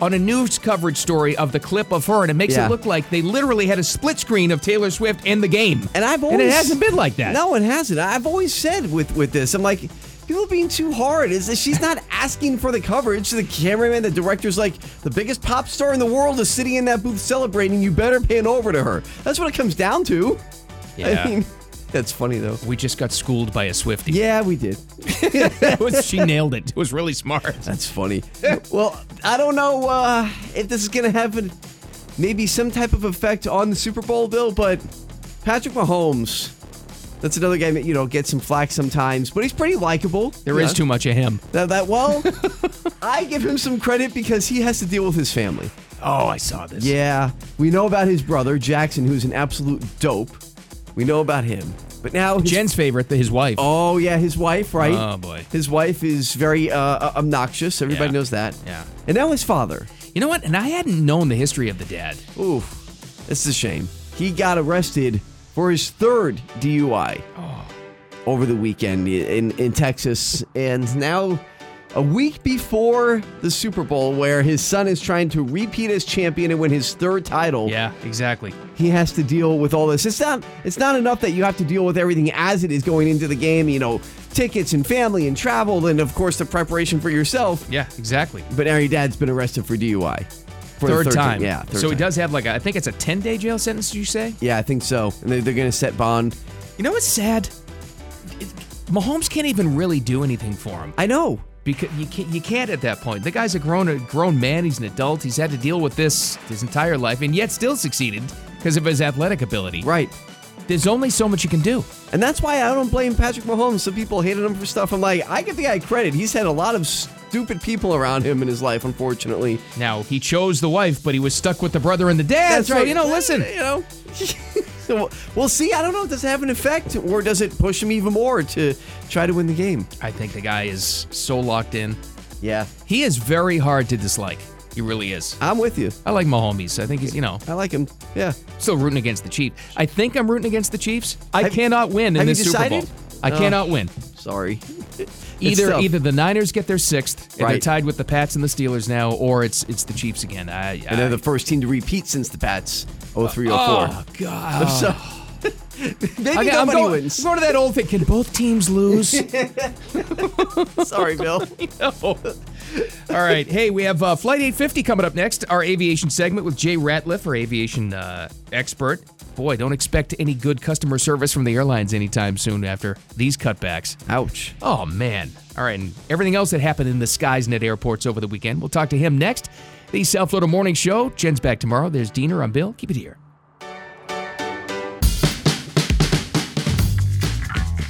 [SPEAKER 3] on a news coverage story of the clip of her, and it makes
[SPEAKER 4] Yeah.
[SPEAKER 3] it look like they literally had a split screen of Taylor Swift and the game.
[SPEAKER 4] And I've always.
[SPEAKER 3] and it hasn't been like that.
[SPEAKER 4] No, it hasn't. I've always said with, with this, I'm like, people are being too hard. Is that she's not asking for the coverage. The cameraman, the director's like, the biggest pop star in the world is sitting in that booth celebrating. You better pan over to her. That's what it comes down to.
[SPEAKER 3] Yeah.
[SPEAKER 4] I mean, that's funny though.
[SPEAKER 3] we just got schooled by a Swifty.
[SPEAKER 4] Yeah, we did.
[SPEAKER 3] It was- she nailed it. It was really smart.
[SPEAKER 4] That's funny. well, I don't know uh, if this is gonna have an, maybe some type of effect on the Super Bowl bill, but Patrick Mahomes. That's another guy that you know gets some flack sometimes, but he's pretty likable.
[SPEAKER 3] There is
[SPEAKER 4] Yeah.
[SPEAKER 3] too much of him.
[SPEAKER 4] That, that well, I give him some credit because he has to deal with his family.
[SPEAKER 3] Oh, I saw this.
[SPEAKER 4] Yeah, we know about his brother Jackson, who's an absolute dope. We know about him, but now his-
[SPEAKER 3] Jen's favorite, the- his wife.
[SPEAKER 4] Oh yeah, his wife, right?
[SPEAKER 3] Oh, boy.
[SPEAKER 4] his wife is very uh, uh, obnoxious. Everybody
[SPEAKER 3] Yeah.
[SPEAKER 4] knows that.
[SPEAKER 3] Yeah.
[SPEAKER 4] and now his father.
[SPEAKER 3] You know what? And I hadn't known the history of the dad.
[SPEAKER 4] Oof, this is a shame. He got arrested for his third DUI
[SPEAKER 3] Oh.
[SPEAKER 4] over the weekend in, in Texas. And now, a week before the Super Bowl, where his son is trying to repeat as champion and win his third title,
[SPEAKER 3] Yeah, exactly.
[SPEAKER 4] he has to deal with all this. It's not it's not enough that you have to deal with everything as it is going into the game, you know, tickets and family and travel and of course the preparation for yourself.
[SPEAKER 3] Yeah, exactly.
[SPEAKER 4] But now your dad's been arrested for DUI. For the
[SPEAKER 3] Third, time.
[SPEAKER 4] Yeah. third
[SPEAKER 3] so he
[SPEAKER 4] time.
[SPEAKER 3] does have like a, I think it's a 10 day jail sentence, you say?
[SPEAKER 4] Yeah, I think so. And they're, they're going to set bond.
[SPEAKER 3] You know what's sad? It, Mahomes can't even really do anything for him
[SPEAKER 4] I know.
[SPEAKER 3] because you can't, you can't at that point. The guy's a grown a grown man. He's an adult. He's had to deal with this his entire life, and yet still succeeded because of his athletic ability.
[SPEAKER 4] Right.
[SPEAKER 3] There's only so much you can do.
[SPEAKER 4] And that's why I don't blame Patrick Mahomes. Some people hated him for stuff. I'm like, I give the guy credit. He's had a lot of stupid people around him in his life, unfortunately.
[SPEAKER 3] Now he chose the wife, but he was stuck with the brother and the dad. so, You know, listen.
[SPEAKER 4] Eh, You know. so we'll- we'll see. I don't know. Does it have an effect, or does it push him even more to try to win the game?
[SPEAKER 3] I think the guy is so locked in.
[SPEAKER 4] Yeah,
[SPEAKER 3] He is very hard to dislike. He really is.
[SPEAKER 4] I'm with you.
[SPEAKER 3] I like Mahomes. I think he's, you know,
[SPEAKER 4] I like him. Yeah.
[SPEAKER 3] still rooting against the Chiefs. I think I'm rooting against the Chiefs. I
[SPEAKER 4] Have-
[SPEAKER 3] cannot win in
[SPEAKER 4] have you
[SPEAKER 3] this Super Bowl.
[SPEAKER 4] decided?
[SPEAKER 3] I
[SPEAKER 4] No.
[SPEAKER 3] cannot win.
[SPEAKER 4] Sorry.
[SPEAKER 3] Either
[SPEAKER 4] tough.
[SPEAKER 3] either the Niners get their sixth, and they're
[SPEAKER 4] Right.
[SPEAKER 3] tied with the Pats and the Steelers now, or it's it's the Chiefs again. I,
[SPEAKER 4] And
[SPEAKER 3] I-
[SPEAKER 4] they're the first team to repeat since the Pats 03
[SPEAKER 3] oh
[SPEAKER 4] 04.
[SPEAKER 3] god.
[SPEAKER 4] So maybe
[SPEAKER 3] Okay, I'm,
[SPEAKER 4] nobody
[SPEAKER 3] going,
[SPEAKER 4] wins.
[SPEAKER 3] I'm going to that old thing. Can both teams lose?
[SPEAKER 4] Sorry, Bill.
[SPEAKER 3] All right. Hey, we have uh, Flight 850 coming up next, our aviation segment with Jay Ratliff, our aviation uh, expert. Boy, don't expect any good customer service from the airlines anytime soon after these cutbacks.
[SPEAKER 4] Ouch.
[SPEAKER 3] Oh, man. All right. And everything else that happened in the Skysnet airports over the weekend. We'll talk to him next. The South Florida Morning Show. Jen's back tomorrow. There's Diener. I'm Bill. Keep it here.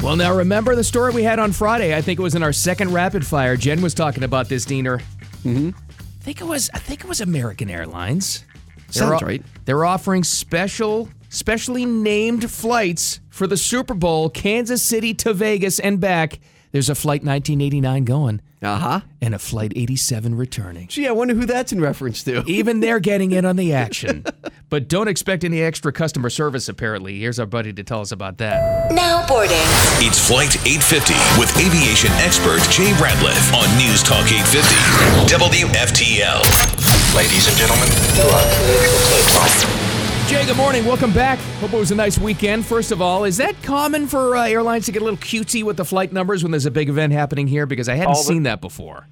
[SPEAKER 3] Well, now remember the story we had on Friday. I think it was in our second rapid fire. Jen was talking about this, Diener. Mm-hmm. I think it was. I think it was American Airlines. They're
[SPEAKER 4] Sounds
[SPEAKER 3] o-
[SPEAKER 4] right.
[SPEAKER 3] They're offering special, specially named flights for the Super Bowl, Kansas City to Vegas and back. There's a flight 1989 going
[SPEAKER 4] Uh huh.
[SPEAKER 3] and a flight 87 returning.
[SPEAKER 4] Gee, I wonder who that's in reference to.
[SPEAKER 3] Even they're getting in on the action. But don't expect any extra customer service, apparently. Here's our buddy to tell us about that.
[SPEAKER 9] Now boarding.
[SPEAKER 1] It's Flight 850 with aviation expert Jay Ratliff on News Talk 850 WFTL. Ladies and gentlemen,
[SPEAKER 3] Jay, good morning. Welcome back. Hope it was a nice weekend. First of all, is that common for uh, airlines to get a little cutesy with the flight numbers when there's a big event happening here? Because I hadn't
[SPEAKER 10] All the-
[SPEAKER 3] seen that before.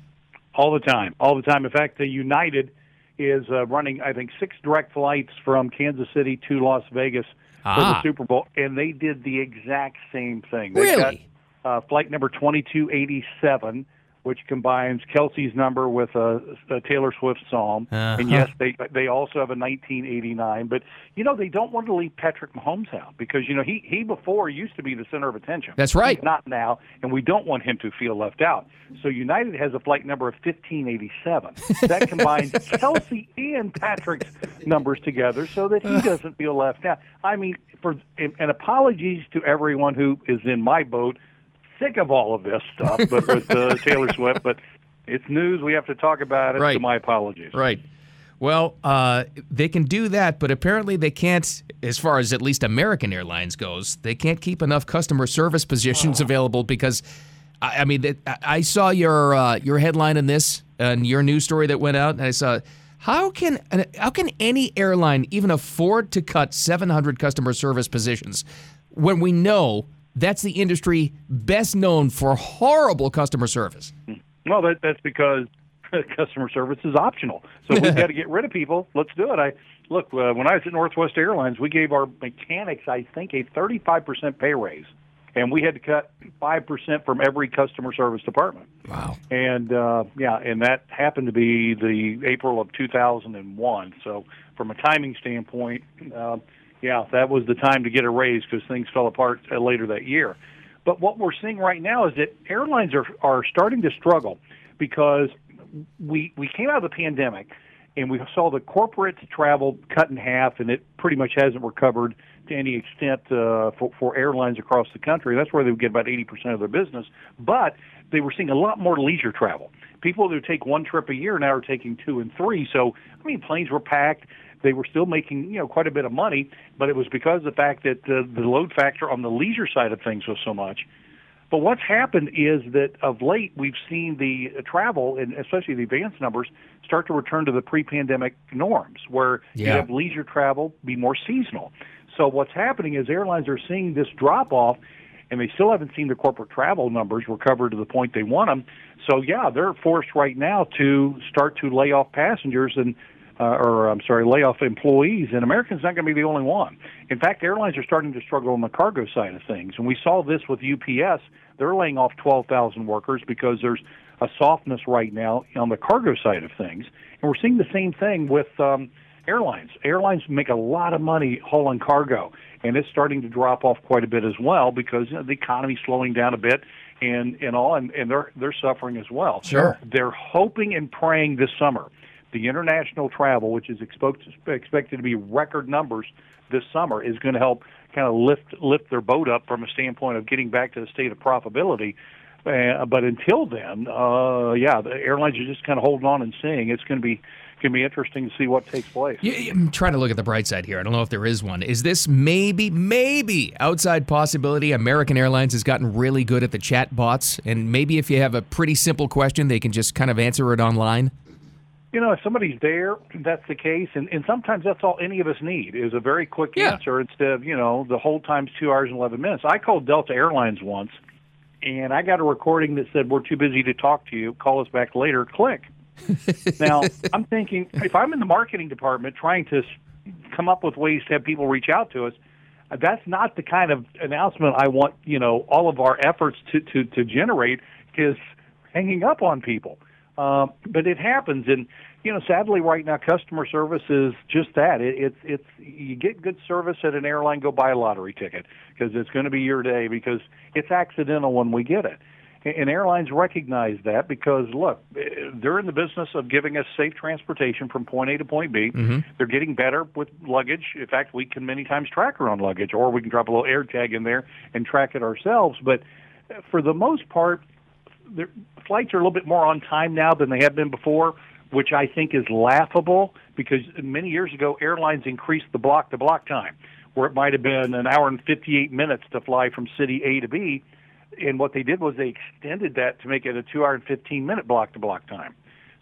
[SPEAKER 10] all the time, all the time. In fact, the United is uh, running, I think, six direct flights from Kansas City to Las Vegas for
[SPEAKER 3] Ah.
[SPEAKER 10] the Super Bowl, and they did the exact same thing. They've
[SPEAKER 3] Really?
[SPEAKER 10] Got, uh, flight number 2287, which combines Kelsey's number with uh, a Taylor Swift song, and yes, they they also have a 1989. But you know, they don't want to leave Patrick Mahomes out because you know he he before used to be the center of attention.
[SPEAKER 3] That's right.
[SPEAKER 10] He's not now, and we don't want him to feel left out. So United has a flight number of 1587. That combines Kelsey and Patrick's numbers together so that he doesn't feel left out. I mean, for and and apologies to everyone who is in my boat, sick of all of this stuff, but with uh, Taylor Swift, but. It's news. We have to talk about it.
[SPEAKER 3] Right.
[SPEAKER 10] So my apologies.
[SPEAKER 3] Right. Well, uh, they can do that, but apparently they can't, as far as at least American Airlines goes, they can't keep enough customer service positions available because, I, I mean, that- I I saw your uh, your headline in this and your news story that went out, and I saw how can how can any airline even afford to cut 700 customer service positions when we know that's the industry best known for horrible customer service.
[SPEAKER 10] Well, that, that's because customer service is optional. So if we've got to get rid of people. Let's do it. I look uh, when I was at Northwest Airlines, we gave our mechanics, I think, a 35% pay raise, and we had to cut five percent from every customer service department.
[SPEAKER 3] Wow.
[SPEAKER 10] And uh, yeah, and that happened to be the April of 2001. So from a timing standpoint, uh, yeah, that was the time to get a raise because things fell apart uh, later that year. But what we're seeing right now is that airlines are are starting to struggle because we we came out of the pandemic and we saw the corporates travel cut in half, and it pretty much hasn't recovered to any extent uh, for, for airlines across the country. That's where they would get about 80% of their business. But they were seeing a lot more leisure travel. People who take one trip a year now are taking two and three. So, I mean, planes were packed. They were still making, you know, quite a bit of money, but it was because of the fact that uh, the load factor on the leisure side of things was so much. But what's happened is that of late we've seen the uh, travel and especially the advance numbers start to return to the pre-pandemic norms, where you
[SPEAKER 3] Yeah.
[SPEAKER 10] have leisure travel be more seasonal. So what's happening is airlines are seeing this drop off, and they still haven't seen the corporate travel numbers recover to the point they want them. So yeah, they're forced right now to start to lay off passengers and. Uh, or I'm sorry, lay off employees, and Americans not going to be the only one. In fact, airlines are starting to struggle on the cargo side of things, and we saw this with UPS. They're laying off 12,000 workers because there's a softness right now on the cargo side of things, and we're seeing the same thing with um, airlines. Airlines make a lot of money hauling cargo, and it's starting to drop off quite a bit as well because you know, the economy's slowing down a bit, and and all, and, and they're they're suffering as well.
[SPEAKER 4] Sure.
[SPEAKER 10] they're hoping and praying this summer, the international travel, which is expo- expected to be record numbers this summer, is going to help kind of lift lift their boat up from a standpoint of getting back to the state of profitability. Uh, but until then, uh, yeah, the airlines are just kind of holding on and seeing. It's going to be going to be interesting to see what takes place.
[SPEAKER 3] You, you- I'm trying to look at the bright side here. I don't know if there is one. Is this maybe, maybe outside possibility? American Airlines has gotten really good at the chat bots, and maybe if you have a pretty simple question, they can just kind of answer it online.
[SPEAKER 10] You know, if somebody's there, that's the case, and and sometimes that's all any of us need is a very quick
[SPEAKER 3] Yeah.
[SPEAKER 10] answer instead of you know the whole time's two hours and eleven minutes. I called Delta Airlines once, and I got a recording that said we're too busy to talk to you. Call us back later. Click. now I'm thinking if I'm in the marketing department trying to s- come up with ways to have people reach out to us, uh, that's not the kind of announcement I want. You know, all of our efforts to to to generate is hanging up on people. Um, but it happens, and you know, sadly, right now, customer service is just that. It, it's it's you get good service at an airline, go buy a lottery ticket because it's going to be your day because it's accidental when we get it. And- And airlines recognize that because look, eh, they're in the business of giving us safe transportation from point A to point B. They're getting better with luggage. In fact, we can many times track our own luggage, or we can drop a little air tag in there and track it ourselves. But eh, for the most part, their flights are a little bit more on time now than they have been before, which I think is laughable because many years ago airlines increased the block to block time, where it might have been an hour and 58 minutes to fly from city A to B, and what they did was they extended that to make it a 2 hour and 15 minute block to block time.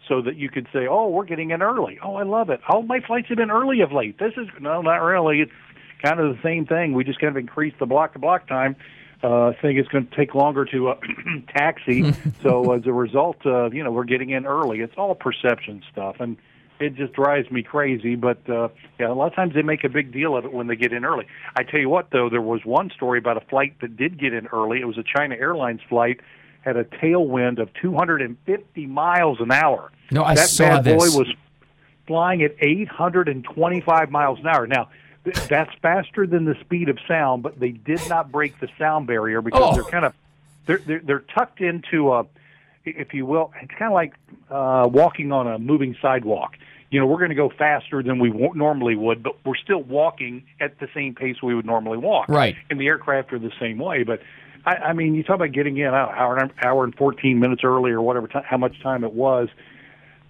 [SPEAKER 10] So that you could say, "Oh, we're getting in early. Oh, I love it. Oh, my flights have been early of late. This is no, not really. It's kind of the same thing. We just kind of increased the block to block time. Uh, I think it's going to take longer to uh, taxi. so as a result, uh, you know, we're getting in early. It's all perception stuff, and it just drives me crazy. But uh, yeah, a lot of times they make a big deal of it when they get in early. I tell you what, though, there was one story about a flight that did get in early. It was a China Airlines flight. Had a tailwind of 250 miles an hour.
[SPEAKER 3] No, I
[SPEAKER 10] that
[SPEAKER 3] saw
[SPEAKER 10] bad
[SPEAKER 3] this.
[SPEAKER 10] boy was flying at 825 miles an hour. Now, th- that's faster than the speed of sound, but they did not break the sound barrier because
[SPEAKER 3] Oh.
[SPEAKER 10] they're kind of they're, they're they're tucked into a, if you will, it's kind of like uh, walking on a moving sidewalk. You know, we're going to go faster than we w- normally would, but we're still walking at the same pace we would normally walk.
[SPEAKER 3] Right.
[SPEAKER 10] And the aircraft are the same way, but. I, I mean, you talk about getting in an hour, and- hour and fourteen minutes early, or whatever, ti how much time it was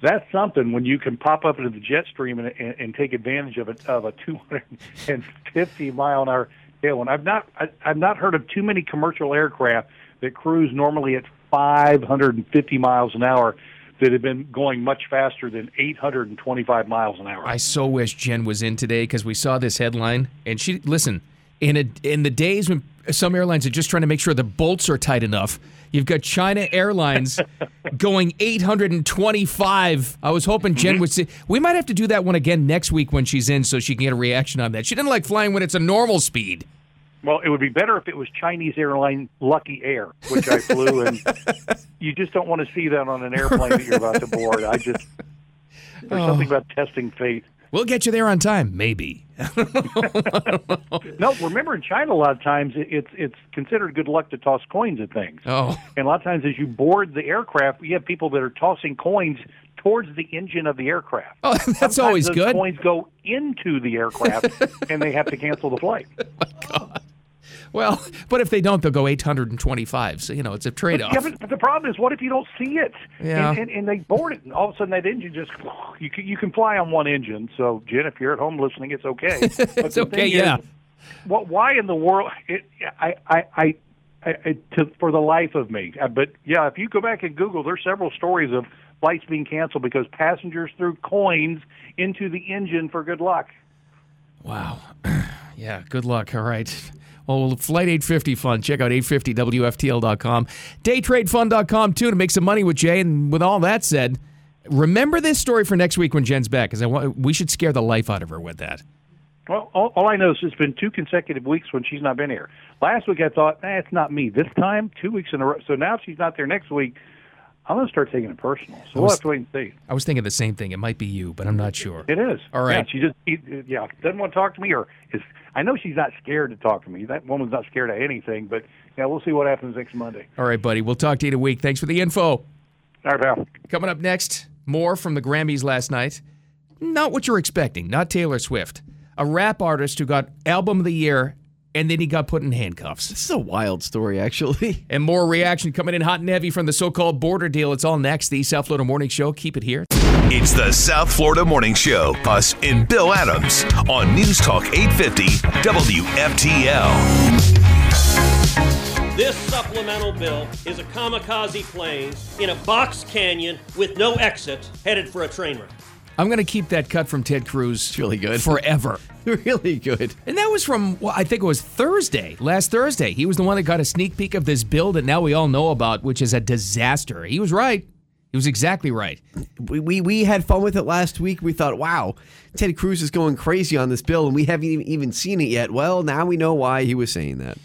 [SPEAKER 10] that's something when you can pop up into the jet stream and, and, and take advantage of a, of a 250 mile an hour tailwind. I've not I, I've not heard of too many commercial aircraft that cruise normally at 550 miles an hour that have been going much faster than 825 miles an hour.
[SPEAKER 3] I so wish Jen was in today because we saw this headline, and she listen. In a, in the days when some airlines are just trying to make sure the bolts are tight enough, you've got China Airlines going 825. I was hoping Jen
[SPEAKER 10] Mm-hmm.
[SPEAKER 3] would see. We might have to do that one again next week when she's in, so she can get a reaction on that. She didn't like flying when it's a normal speed.
[SPEAKER 10] Well, it would be better if it was Chinese airline Lucky Air, which I flew, and you just don't want to see that on an airplane that you're about to board. I just there's something about testing fate.
[SPEAKER 3] We'll get you there on time, maybe.
[SPEAKER 10] No, remember in China, a lot of times it- it's it's considered good luck to toss coins at things.
[SPEAKER 3] Oh,
[SPEAKER 10] And a lot of times, as you board the aircraft, you have people that are tossing coins towards the engine of the aircraft.
[SPEAKER 3] Oh, that's
[SPEAKER 10] Sometimes
[SPEAKER 3] always
[SPEAKER 10] those
[SPEAKER 3] good.
[SPEAKER 10] Coins go into the aircraft, and they have to cancel the flight.
[SPEAKER 3] Well, but if they don't, they'll go 825. So, you know, it's a trade off.
[SPEAKER 10] Yeah, but, but the problem is, what if you don't see it?
[SPEAKER 3] Yeah.
[SPEAKER 10] And, and, and they board it, and all of a sudden that engine just you can, you can fly on one engine. So Jen, if you're at home listening, it's okay. But
[SPEAKER 3] It's
[SPEAKER 10] the
[SPEAKER 3] okay,
[SPEAKER 10] thing
[SPEAKER 3] yeah.
[SPEAKER 10] Is, what? Why in the world? It, I, I, I, I it, to, for the life of me. Uh, But yeah, if you go back and Google, there's several stories of flights being canceled because passengers threw coins into the engine for good luck.
[SPEAKER 3] Wow. yeah, good luck. All right. Well, Flight 850 Fund. Check out 850WFTL.com. Daytradefund.com, too, to make some money with Jay. And with all that said, remember this story for next week when Jen's back, because we should scare the life out of her with that.
[SPEAKER 10] Well, all, all I know is it's been two consecutive weeks when she's not been here. Last week I thought, eh, it's not me. This time, two weeks in a row. So now if she's not there next week, I'm going to start taking it personal. So we'll
[SPEAKER 3] was-
[SPEAKER 10] have to wait and see.
[SPEAKER 3] I was thinking the same thing. It might be you, but I'm not sure.
[SPEAKER 10] It is.
[SPEAKER 3] All right.
[SPEAKER 10] Yeah, she just, it- it- yeah, doesn't want to talk to me, or is I know she's not scared to talk to me. That woman's not scared of anything. But yeah, we'll see what happens next Monday.
[SPEAKER 3] All right, buddy. We'll talk to you in a week. Thanks for the info.
[SPEAKER 10] All right, pal.
[SPEAKER 3] Coming up next, more from the Grammys last night. Not what you're expecting, not Taylor Swift, a rap artist who got Album of the Year and then he got put in handcuffs.
[SPEAKER 4] This is a wild story, actually.
[SPEAKER 3] And more reaction coming in hot and heavy from the so called border deal. It's all next. The South Florida Morning Show. Keep it here.
[SPEAKER 1] It's the South Florida Morning Show, us and Bill Adams on News Talk 850 WFTL.
[SPEAKER 2] This supplemental bill is a kamikaze plane in a box canyon with no exit headed for a train wreck.
[SPEAKER 3] I'm going to keep that cut from Ted Cruz. It's
[SPEAKER 4] really good.
[SPEAKER 3] Forever.
[SPEAKER 4] really good.
[SPEAKER 3] And that was from, well, I think it was Thursday, last Thursday. He was the one that got a sneak peek of this bill that now we all know about, which is a disaster. He was right. He was exactly right.
[SPEAKER 4] We, we we had fun with it last week. We thought, wow, Ted Cruz is going crazy on this bill, and we haven't even, even seen it yet. Well, now we know why he was saying that.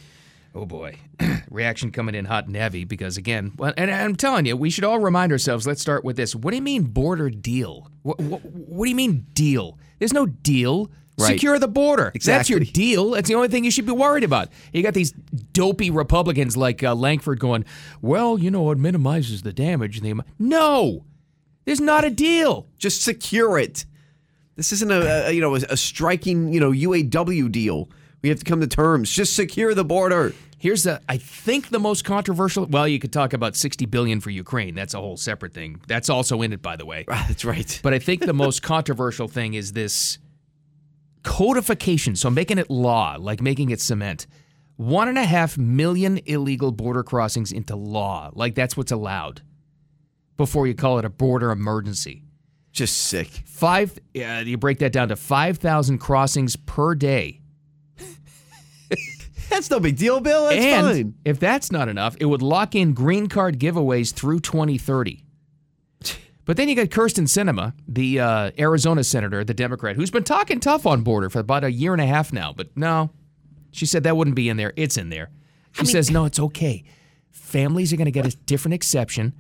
[SPEAKER 3] Oh boy. Reaction coming in hot and heavy because, again, well, and I'm telling you, we should all remind ourselves let's start with this. What do you mean border deal? What, what, what do you mean deal? There's no deal.
[SPEAKER 4] Right.
[SPEAKER 3] Secure the border. That's your
[SPEAKER 4] Exactly.
[SPEAKER 3] deal. That's the only thing you should be worried about. You got these dopey Republicans like uh, Lankford going, well, you know, it minimizes the damage. And the am-" No, there's not a deal.
[SPEAKER 4] Just secure it. This isn't a, a you know a, a striking you know UAW deal. We have to come to terms. Just secure the border.
[SPEAKER 3] Here's the I think the most controversial. Well, you could talk about 60 billion for Ukraine. That's a whole separate thing. That's also in it, by the way.
[SPEAKER 4] Ah, That's right.
[SPEAKER 3] But I think the most controversial thing is this codification. So making it law, like making it cement. One and a half million illegal border crossings into law. Like that's what's allowed before you call it a border emergency.
[SPEAKER 4] Just sick.
[SPEAKER 3] Five, uh, you break that down to 5,000 crossings per day.
[SPEAKER 4] That's no big deal, Bill. That's
[SPEAKER 3] and
[SPEAKER 4] fine.
[SPEAKER 3] if that's not enough, it would lock in green card giveaways through 2030. But then you got Kirsten Sinema, the uh, Arizona senator, the Democrat, who's been talking tough on border for about a year and a half now. But no, she said that wouldn't be in there. It's in there. She says no, it's okay. Families are going to get a different exception,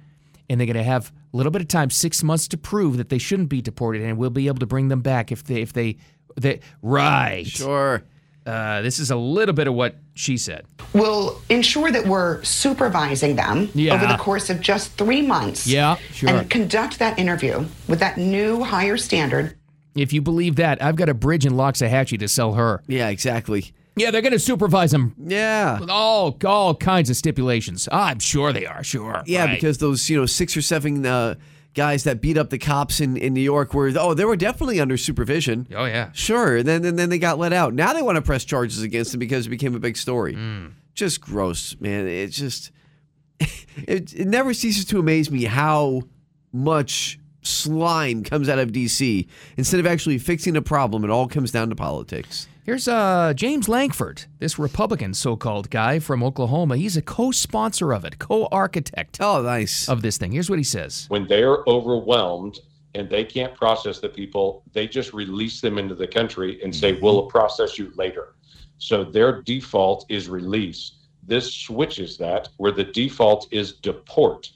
[SPEAKER 3] and they're going to have a little bit of time, six months, to prove that they shouldn't be deported, and we'll be able to bring them back if they if they, they right.
[SPEAKER 4] Sure.
[SPEAKER 3] Uh, this is a little bit of what she said.
[SPEAKER 7] We'll ensure that we're supervising them
[SPEAKER 3] Yeah.
[SPEAKER 7] over the course of just three months.
[SPEAKER 3] Yeah, sure.
[SPEAKER 7] And conduct that interview with that new higher standard.
[SPEAKER 3] If you believe that, I've got a bridge in Loxahatchee to sell her.
[SPEAKER 4] Yeah. Exactly.
[SPEAKER 3] Yeah, they're going to supervise him
[SPEAKER 4] Yeah.
[SPEAKER 3] with all all kinds of stipulations. I'm sure they are. Sure.
[SPEAKER 4] Yeah,
[SPEAKER 3] Right.
[SPEAKER 4] because those you know six or seven uh, guys that beat up the cops in, in New York were oh they were definitely under supervision.
[SPEAKER 3] oh yeah.
[SPEAKER 4] Sure, and then and then they got let out. Now they want to press charges against them because it became a big story.
[SPEAKER 3] Mm.
[SPEAKER 4] Just gross, man. It just it, it never ceases to amaze me how much slime comes out of DC instead of actually fixing a problem. It all comes down to politics.
[SPEAKER 3] Here's uh, James Lankford, this Republican so-called guy from Oklahoma. He's a co-sponsor of it, co-architect
[SPEAKER 4] Oh, nice.
[SPEAKER 3] of this thing. Here's what he says.
[SPEAKER 6] when they're overwhelmed and they can't process the people, they just release them into the country and say, we'll process you later. So their default is release. This switches that where the default is deport.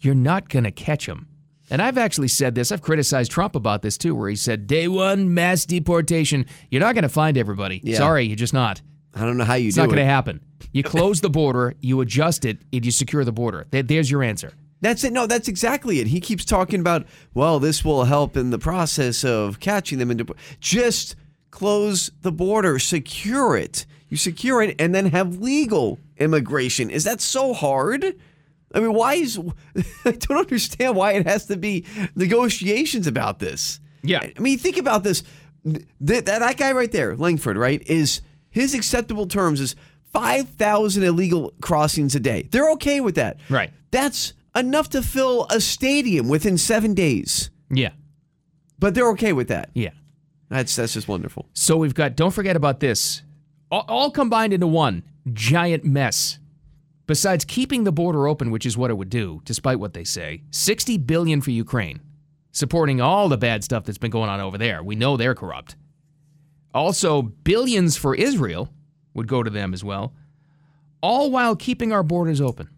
[SPEAKER 3] you're not going to catch them. And I've actually said this. I've criticized Trump about this too, where he said, day one, mass deportation. You're not going to find everybody.
[SPEAKER 4] Yeah.
[SPEAKER 3] Sorry, you're just not.
[SPEAKER 4] I don't know how you
[SPEAKER 3] It's
[SPEAKER 4] do
[SPEAKER 3] not going
[SPEAKER 4] it.
[SPEAKER 3] to happen. You close the border, you adjust it, and you secure the border. Th- There's your answer.
[SPEAKER 4] That's it. No, that's exactly it. He keeps talking about, well, this will help in the process of catching them into. Just close the border, secure it. You secure it, and then have legal immigration. Is that so hard? I mean, why is I don't understand why it has to be negotiations about this.
[SPEAKER 3] Yeah.
[SPEAKER 4] I mean, think about this. Th- that that guy right there, Langford, right, is his acceptable terms is five thousand illegal crossings a day. They're okay with that.
[SPEAKER 3] Right.
[SPEAKER 4] That's enough to fill a stadium within seven days.
[SPEAKER 3] Yeah.
[SPEAKER 4] But they're okay with that.
[SPEAKER 3] Yeah.
[SPEAKER 4] That's that's just wonderful.
[SPEAKER 3] So we've got, don't forget about this, all, all combined into one giant mess. Besides keeping the border open, which is what it would do, despite what they say, 60 billion for Ukraine, supporting all the bad stuff that's been going on over there. We know they're corrupt. Also, billions for Israel would go to them as well, all while keeping our borders open.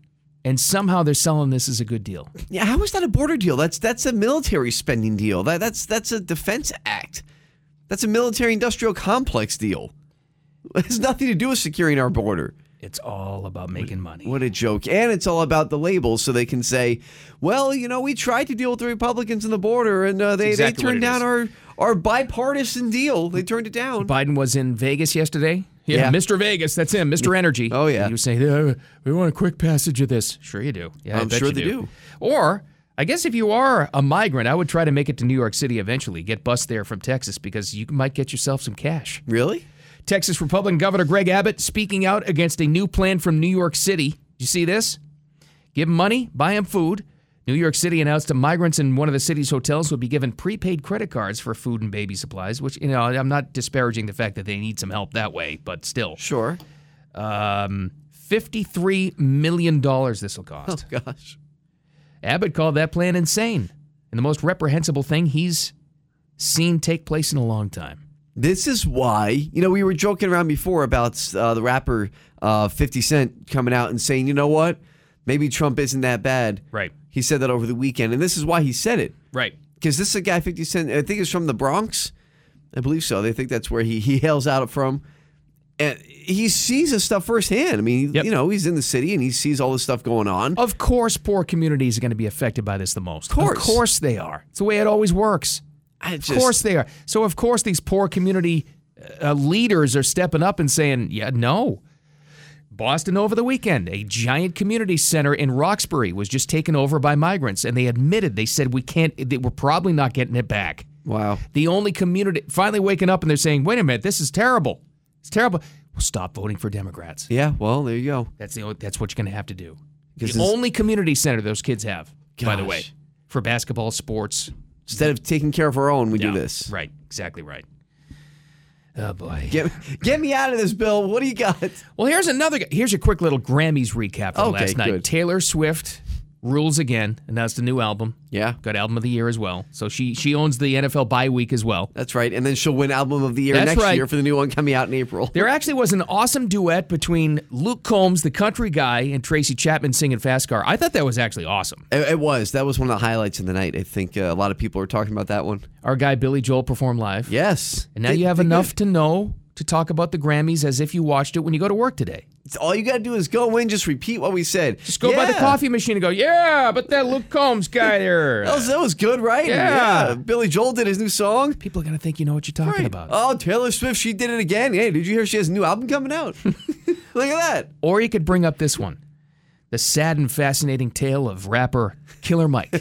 [SPEAKER 3] And somehow they're selling this as a good deal.
[SPEAKER 4] Yeah, how is that a border deal? That's that's a military spending deal. That that's that's a defense act. That's a military industrial complex deal. It has nothing to do with securing our border.
[SPEAKER 3] It's all about making money.
[SPEAKER 4] What a joke. And it's all about the labels so they can say, well, you know, we tried to deal with the Republicans in the border and uh, they,
[SPEAKER 3] exactly
[SPEAKER 4] they
[SPEAKER 3] what
[SPEAKER 4] turned
[SPEAKER 3] it is.
[SPEAKER 4] down our, our bipartisan deal. They turned it down.
[SPEAKER 3] Biden was in Vegas yesterday.
[SPEAKER 4] Yeah.
[SPEAKER 3] Yeah, Mr. Vegas, that's him, Mr. Energy.
[SPEAKER 4] Oh, yeah.
[SPEAKER 3] And he was saying, "Uh, "We want a quick passage of this." Sure, you do. Yeah, I
[SPEAKER 4] I'm
[SPEAKER 3] bet
[SPEAKER 4] sure
[SPEAKER 3] you
[SPEAKER 4] they do.
[SPEAKER 3] Or I guess if you are a migrant, I would try to make it to New York City eventually. Get bused there from Texas because you might get yourself some cash.
[SPEAKER 4] Really?
[SPEAKER 3] Texas Republican Governor Greg Abbott speaking out against a new plan from New York City. Did you see this? Give 'em money, buy 'em food. New York City announced that migrants in one of the city's hotels would be given prepaid credit cards for food and baby supplies, which, you know, I'm not disparaging the fact that they need some help that way, but still.
[SPEAKER 4] Sure.
[SPEAKER 3] Um, $53 million this will
[SPEAKER 4] Oh,
[SPEAKER 3] cost.
[SPEAKER 4] gosh.
[SPEAKER 3] Abbott called that plan insane and the most reprehensible thing he's seen take place in a long time.
[SPEAKER 4] This is why, you know, we were joking around before about uh, the rapper uh, 50 Cent coming out and saying, you know what? Maybe Trump isn't that bad.
[SPEAKER 3] Right.
[SPEAKER 4] He said that over the weekend. And this is why he said it.
[SPEAKER 3] Right.
[SPEAKER 4] because this is a guy 50 Cent. I think he's from the Bronx. I believe so. They think that's where he he hails out from, and he sees this stuff firsthand. I mean,
[SPEAKER 3] Yep.
[SPEAKER 4] you know, he's in the city and he sees all this stuff going on.
[SPEAKER 3] Of course, poor communities are going to be affected by this the most. Of
[SPEAKER 4] course.
[SPEAKER 3] they are. It's the way it always works.
[SPEAKER 4] I
[SPEAKER 3] of
[SPEAKER 4] just-
[SPEAKER 3] course they are. So, of course, these poor community uh, leaders are stepping up and saying, yeah, no. Boston over the weekend, a giant community center in Roxbury was just taken over by migrants, and they admitted, they said, we can't, that we're probably not getting it back.
[SPEAKER 4] Wow.
[SPEAKER 3] The only community finally waking up and they're saying, wait a minute, this is terrible. It's terrible. Well, stop voting for Democrats.
[SPEAKER 4] Yeah. Well, there you go.
[SPEAKER 3] That's the only, that's what you're going to have to do.
[SPEAKER 4] 'Cause
[SPEAKER 3] The
[SPEAKER 4] it's-
[SPEAKER 3] only community center those kids have, by the way,
[SPEAKER 4] Gosh.
[SPEAKER 3] for basketball, sports.
[SPEAKER 4] Instead of taking care of our own, we
[SPEAKER 3] Yeah,
[SPEAKER 4] do this.
[SPEAKER 3] Right, exactly right. Oh boy.
[SPEAKER 4] Get get me out of this, Bill. What do you got?
[SPEAKER 3] Well, here's another. g- Here's your quick little Grammys recap from
[SPEAKER 4] Okay,
[SPEAKER 3] last night.
[SPEAKER 4] good.
[SPEAKER 3] Taylor Swift rules again, announced a new album.
[SPEAKER 4] Yeah.
[SPEAKER 3] Got album of the year as well. So she she owns the NFL bye week as well.
[SPEAKER 4] That's right. And then she'll win album of the year
[SPEAKER 3] That's
[SPEAKER 4] next
[SPEAKER 3] right.
[SPEAKER 4] year for the new one coming out in April.
[SPEAKER 3] There actually was an awesome duet between Luke Combs, the country guy, and Tracy Chapman singing Fast Car. I thought that was actually awesome.
[SPEAKER 4] It, it was. That was one of the highlights of the night. I think uh, a lot of people are talking about that one.
[SPEAKER 3] Our guy Billy Joel performed live.
[SPEAKER 4] Yes.
[SPEAKER 3] And now
[SPEAKER 4] They-
[SPEAKER 3] you have
[SPEAKER 4] they
[SPEAKER 3] enough to
[SPEAKER 4] good.
[SPEAKER 3] know to talk about the Grammys as if you watched it when you go to work today.
[SPEAKER 4] All you got to do is go in, just repeat what we said.
[SPEAKER 3] Just go by the
[SPEAKER 4] Yeah.
[SPEAKER 3] coffee machine and go, yeah, but that Luke Combs guy there.
[SPEAKER 4] That was, that was good, right?
[SPEAKER 3] Yeah.
[SPEAKER 4] Billy Joel did his new song.
[SPEAKER 3] People are going to think you know what you're talking
[SPEAKER 4] Right.
[SPEAKER 3] about.
[SPEAKER 4] Oh, Taylor Swift, she did it again. Hey, did you hear she has a new album coming out? Look at that.
[SPEAKER 3] or you could bring up this one the sad and fascinating tale of rapper Killer Mike.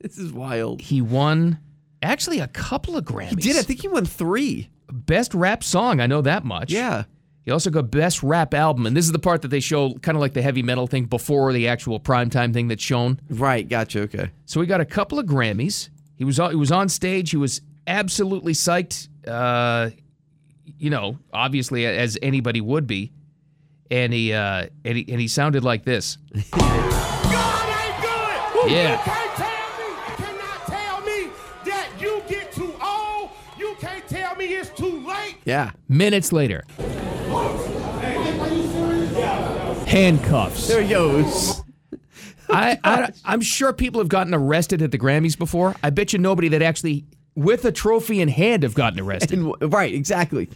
[SPEAKER 4] This is wild.
[SPEAKER 3] he won actually a couple of Grammys.
[SPEAKER 4] He did. I think he won three.
[SPEAKER 3] Best rap song, I know that much.
[SPEAKER 4] Yeah.
[SPEAKER 3] He also got Best Rap Album, and this is the part that they show kind of like the heavy metal thing before the actual primetime thing that's shown.
[SPEAKER 4] Right. Gotcha. Okay.
[SPEAKER 3] So he got a couple of Grammys. He was on, he was on stage. He was absolutely psyched. Uh, you know, obviously as anybody would be, and he uh, and he and he sounded like this. Yeah.
[SPEAKER 9] can't tell me, you cannot tell me that you get too old. You can't tell me it's too late.
[SPEAKER 4] Yeah.
[SPEAKER 3] Minutes later, handcuffs.
[SPEAKER 4] There he goes.
[SPEAKER 3] I, I I'm sure people have gotten arrested at the Grammys before. I bet you nobody that actually with a trophy in hand have gotten arrested.
[SPEAKER 4] And, w- right. Exactly.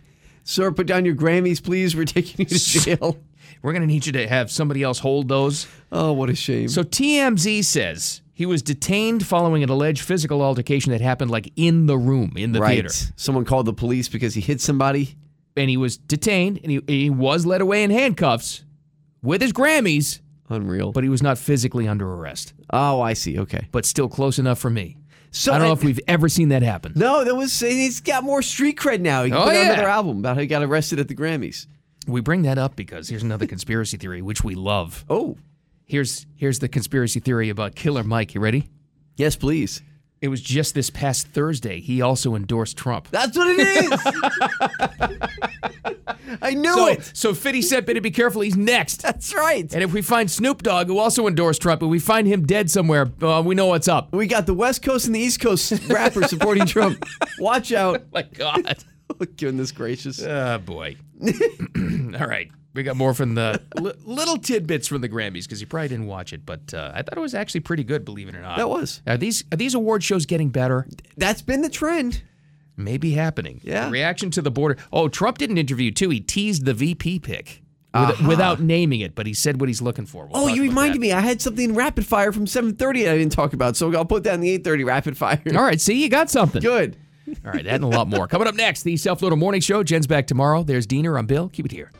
[SPEAKER 4] Sir, put down your Grammys, please. We're taking you to jail.
[SPEAKER 3] We're going to need you to have somebody else hold those.
[SPEAKER 4] Oh, what a shame.
[SPEAKER 3] So TMZ says he was detained following an alleged physical altercation that happened like in the room, in the
[SPEAKER 4] right.
[SPEAKER 3] theater.
[SPEAKER 4] Someone called the police because he hit somebody.
[SPEAKER 3] And he was detained and he, he was led away in handcuffs with his Grammys.
[SPEAKER 4] Unreal.
[SPEAKER 3] But he was not physically under arrest.
[SPEAKER 4] Oh, I see. Okay.
[SPEAKER 3] But still close enough for me.
[SPEAKER 4] So
[SPEAKER 3] I don't know
[SPEAKER 4] and-
[SPEAKER 3] if we've ever seen that happen.
[SPEAKER 4] No, that was. and He's got more street cred now. He can
[SPEAKER 3] Oh,
[SPEAKER 4] put out
[SPEAKER 3] yeah.
[SPEAKER 4] another album about how he got arrested at the Grammys.
[SPEAKER 3] We bring that up because here's another conspiracy theory which we love.
[SPEAKER 4] Oh,
[SPEAKER 3] Here's here's the conspiracy theory about Killer Mike. You ready?
[SPEAKER 4] yes, please.
[SPEAKER 3] It was just this past Thursday he also endorsed Trump.
[SPEAKER 4] That's what it is. I knew
[SPEAKER 3] so,
[SPEAKER 4] it.
[SPEAKER 3] So 50 Cent better be careful. He's next.
[SPEAKER 4] That's right.
[SPEAKER 3] And if we find Snoop Dogg, who also endorsed Trump, and we find him dead somewhere, uh, we know what's up.
[SPEAKER 4] We got the West Coast and the East Coast rappers supporting Trump. Watch out.
[SPEAKER 3] My God.
[SPEAKER 4] Goodness gracious.
[SPEAKER 3] Oh, boy. All right. We got more from the li- little tidbits from the Grammys because you probably didn't watch it, but uh, I thought it was actually pretty good, believe it or not.
[SPEAKER 4] That was.
[SPEAKER 3] Are these are these award shows getting better?
[SPEAKER 4] That's been the trend.
[SPEAKER 3] Maybe happening.
[SPEAKER 4] Yeah.
[SPEAKER 3] The reaction to the border. Oh, Trump didn't interview too. He teased the VP pick with- without naming it, but he said what he's looking for. We'll
[SPEAKER 4] Uh-huh. Oh,
[SPEAKER 3] talk
[SPEAKER 4] you
[SPEAKER 3] about
[SPEAKER 4] reminded
[SPEAKER 3] that.
[SPEAKER 4] me. I had something rapid fire from 7:30 I didn't talk about, so I'll put that in the 8:30 rapid fire.
[SPEAKER 3] All right. See, you got something.
[SPEAKER 4] Good.
[SPEAKER 3] All right, that and a lot more. Coming up next, the South Florida Morning Show. Jen's back tomorrow. There's Diener. I'm Bill. Keep it here.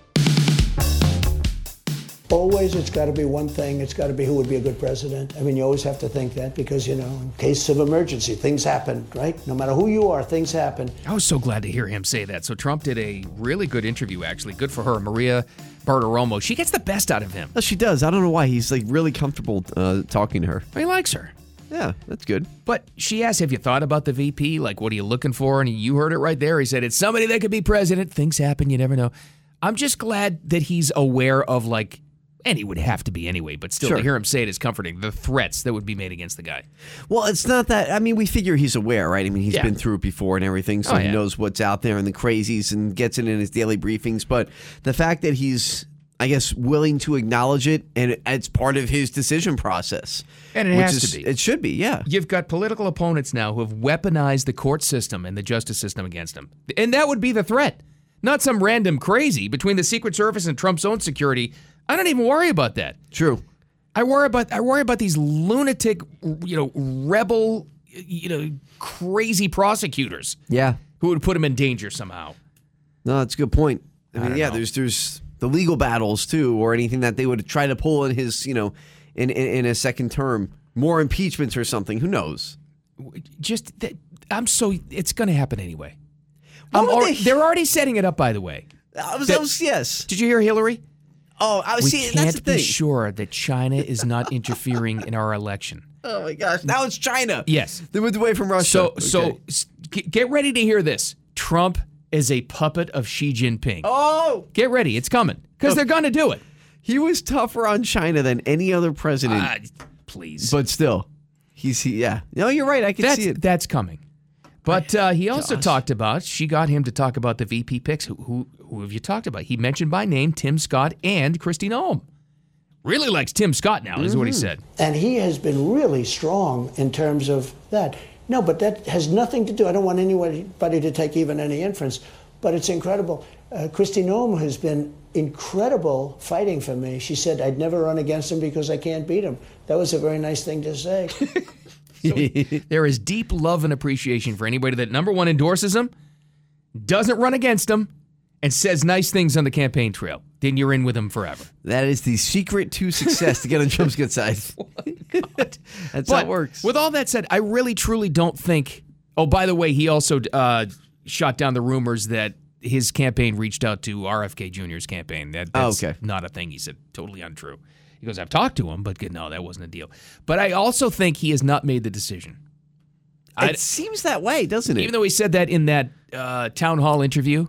[SPEAKER 11] Always, it's got to be one thing. It's got to be who would be a good president. I mean, you always have to think that because, you know, in case of emergency, things happen, right? No matter who you are, things happen.
[SPEAKER 3] I was so glad to hear him say that. So Trump did a really good interview, actually. Good for her, Maria Bartiromo. She gets the best out of him.
[SPEAKER 4] Oh, she does. I don't know why he's like really comfortable uh, talking to her.
[SPEAKER 3] He likes her.
[SPEAKER 4] Yeah, that's good.
[SPEAKER 3] But she asked, "Have you thought about the VP? Like, what are you looking for?" And you heard it right there. He said, "It's somebody that could be president. Things happen. You never know." I'm just glad that he's aware of like, and he would have to be anyway. But still,
[SPEAKER 4] Sure.
[SPEAKER 3] to hear him say it is comforting. The threats that would be made against the guy.
[SPEAKER 4] Well, it's not that. I mean, we figure he's aware, right? I mean, he's
[SPEAKER 3] Yeah.
[SPEAKER 4] been through it before and everything, so
[SPEAKER 3] Oh,
[SPEAKER 4] he
[SPEAKER 3] yeah.
[SPEAKER 4] knows what's out there and the crazies and gets it in his daily briefings. But the fact that he's, I guess, willing to acknowledge it and it's part of his decision process.
[SPEAKER 3] And it
[SPEAKER 4] which
[SPEAKER 3] has to
[SPEAKER 4] is-
[SPEAKER 3] be.
[SPEAKER 4] It should be, yeah.
[SPEAKER 3] You've got political opponents now who have weaponized the court system and the justice system against him. And that would be the threat. Not some random crazy between the Secret Service and Trump's own security. I don't even worry about that.
[SPEAKER 4] True.
[SPEAKER 3] I worry about I worry about these lunatic, you know, rebel, you know, crazy prosecutors
[SPEAKER 4] Yeah.
[SPEAKER 3] who would put him in danger somehow.
[SPEAKER 4] No, that's a good point. I mean, yeah, there's there's the legal battles too, or anything that they would try to pull in his, you know, in in, in a second term, more impeachments or something. Who knows?
[SPEAKER 3] Just that, I'm so it's going to happen anyway.
[SPEAKER 4] What
[SPEAKER 3] I'm
[SPEAKER 4] would
[SPEAKER 3] alre-
[SPEAKER 4] they-
[SPEAKER 3] they're already setting it up by the way.
[SPEAKER 4] I was, I
[SPEAKER 3] That-
[SPEAKER 4] was yes.
[SPEAKER 3] Did you hear Hillary?
[SPEAKER 4] Oh, I was
[SPEAKER 3] We
[SPEAKER 4] see.
[SPEAKER 3] can't
[SPEAKER 4] That's the
[SPEAKER 3] be
[SPEAKER 4] thing.
[SPEAKER 3] sure that China is not interfering in our election.
[SPEAKER 4] Oh my gosh! Now it's China.
[SPEAKER 3] Yes.
[SPEAKER 4] they moved away from Russia.
[SPEAKER 3] So,
[SPEAKER 4] Uh, Okay.
[SPEAKER 3] so s- g- get ready to hear this. Trump is a puppet of Xi Jinping.
[SPEAKER 4] Oh,
[SPEAKER 3] Get ready, it's coming because they're going to do it.
[SPEAKER 4] he was tougher on China than any other president.
[SPEAKER 3] Ah, please,
[SPEAKER 4] but still, he's he. Yeah. No, you're right. I can
[SPEAKER 3] that's
[SPEAKER 4] see it.
[SPEAKER 3] that's coming. But uh, he also talked about she got him to talk about the VP picks. Who, who who have you talked about? He mentioned by name Tim Scott and Christine Ohm. Really likes Tim Scott now, is what
[SPEAKER 4] Mm-hmm.
[SPEAKER 3] he said.
[SPEAKER 11] And he has been really strong in terms of that. No, but that has nothing to do. I don't want anybody to take even any inference, but it's incredible. Uh, Christine Ohm has been incredible fighting for me. She said, I'd never run against him because I can't beat him. That was a very nice thing to say.
[SPEAKER 3] There is deep love and appreciation for anybody that number one endorses him, doesn't run against him, and says nice things on the campaign trail. Then you're in with him forever.
[SPEAKER 4] That is the secret to success to get on Trump's good side. that's how
[SPEAKER 3] But
[SPEAKER 4] it works.
[SPEAKER 3] With all that said, I really truly don't think. Oh, by the way, he also uh, shot down the rumors that his campaign reached out to RFK Jr.'s campaign. That,
[SPEAKER 4] Oh,
[SPEAKER 3] that's
[SPEAKER 4] okay.
[SPEAKER 3] not a thing. He said totally untrue. He goes, I've talked to him, but good, no, that wasn't a deal. But I also think he has not made the decision. I-
[SPEAKER 4] it seems that way, doesn't it?
[SPEAKER 3] Even though he said that in that uh, town hall interview,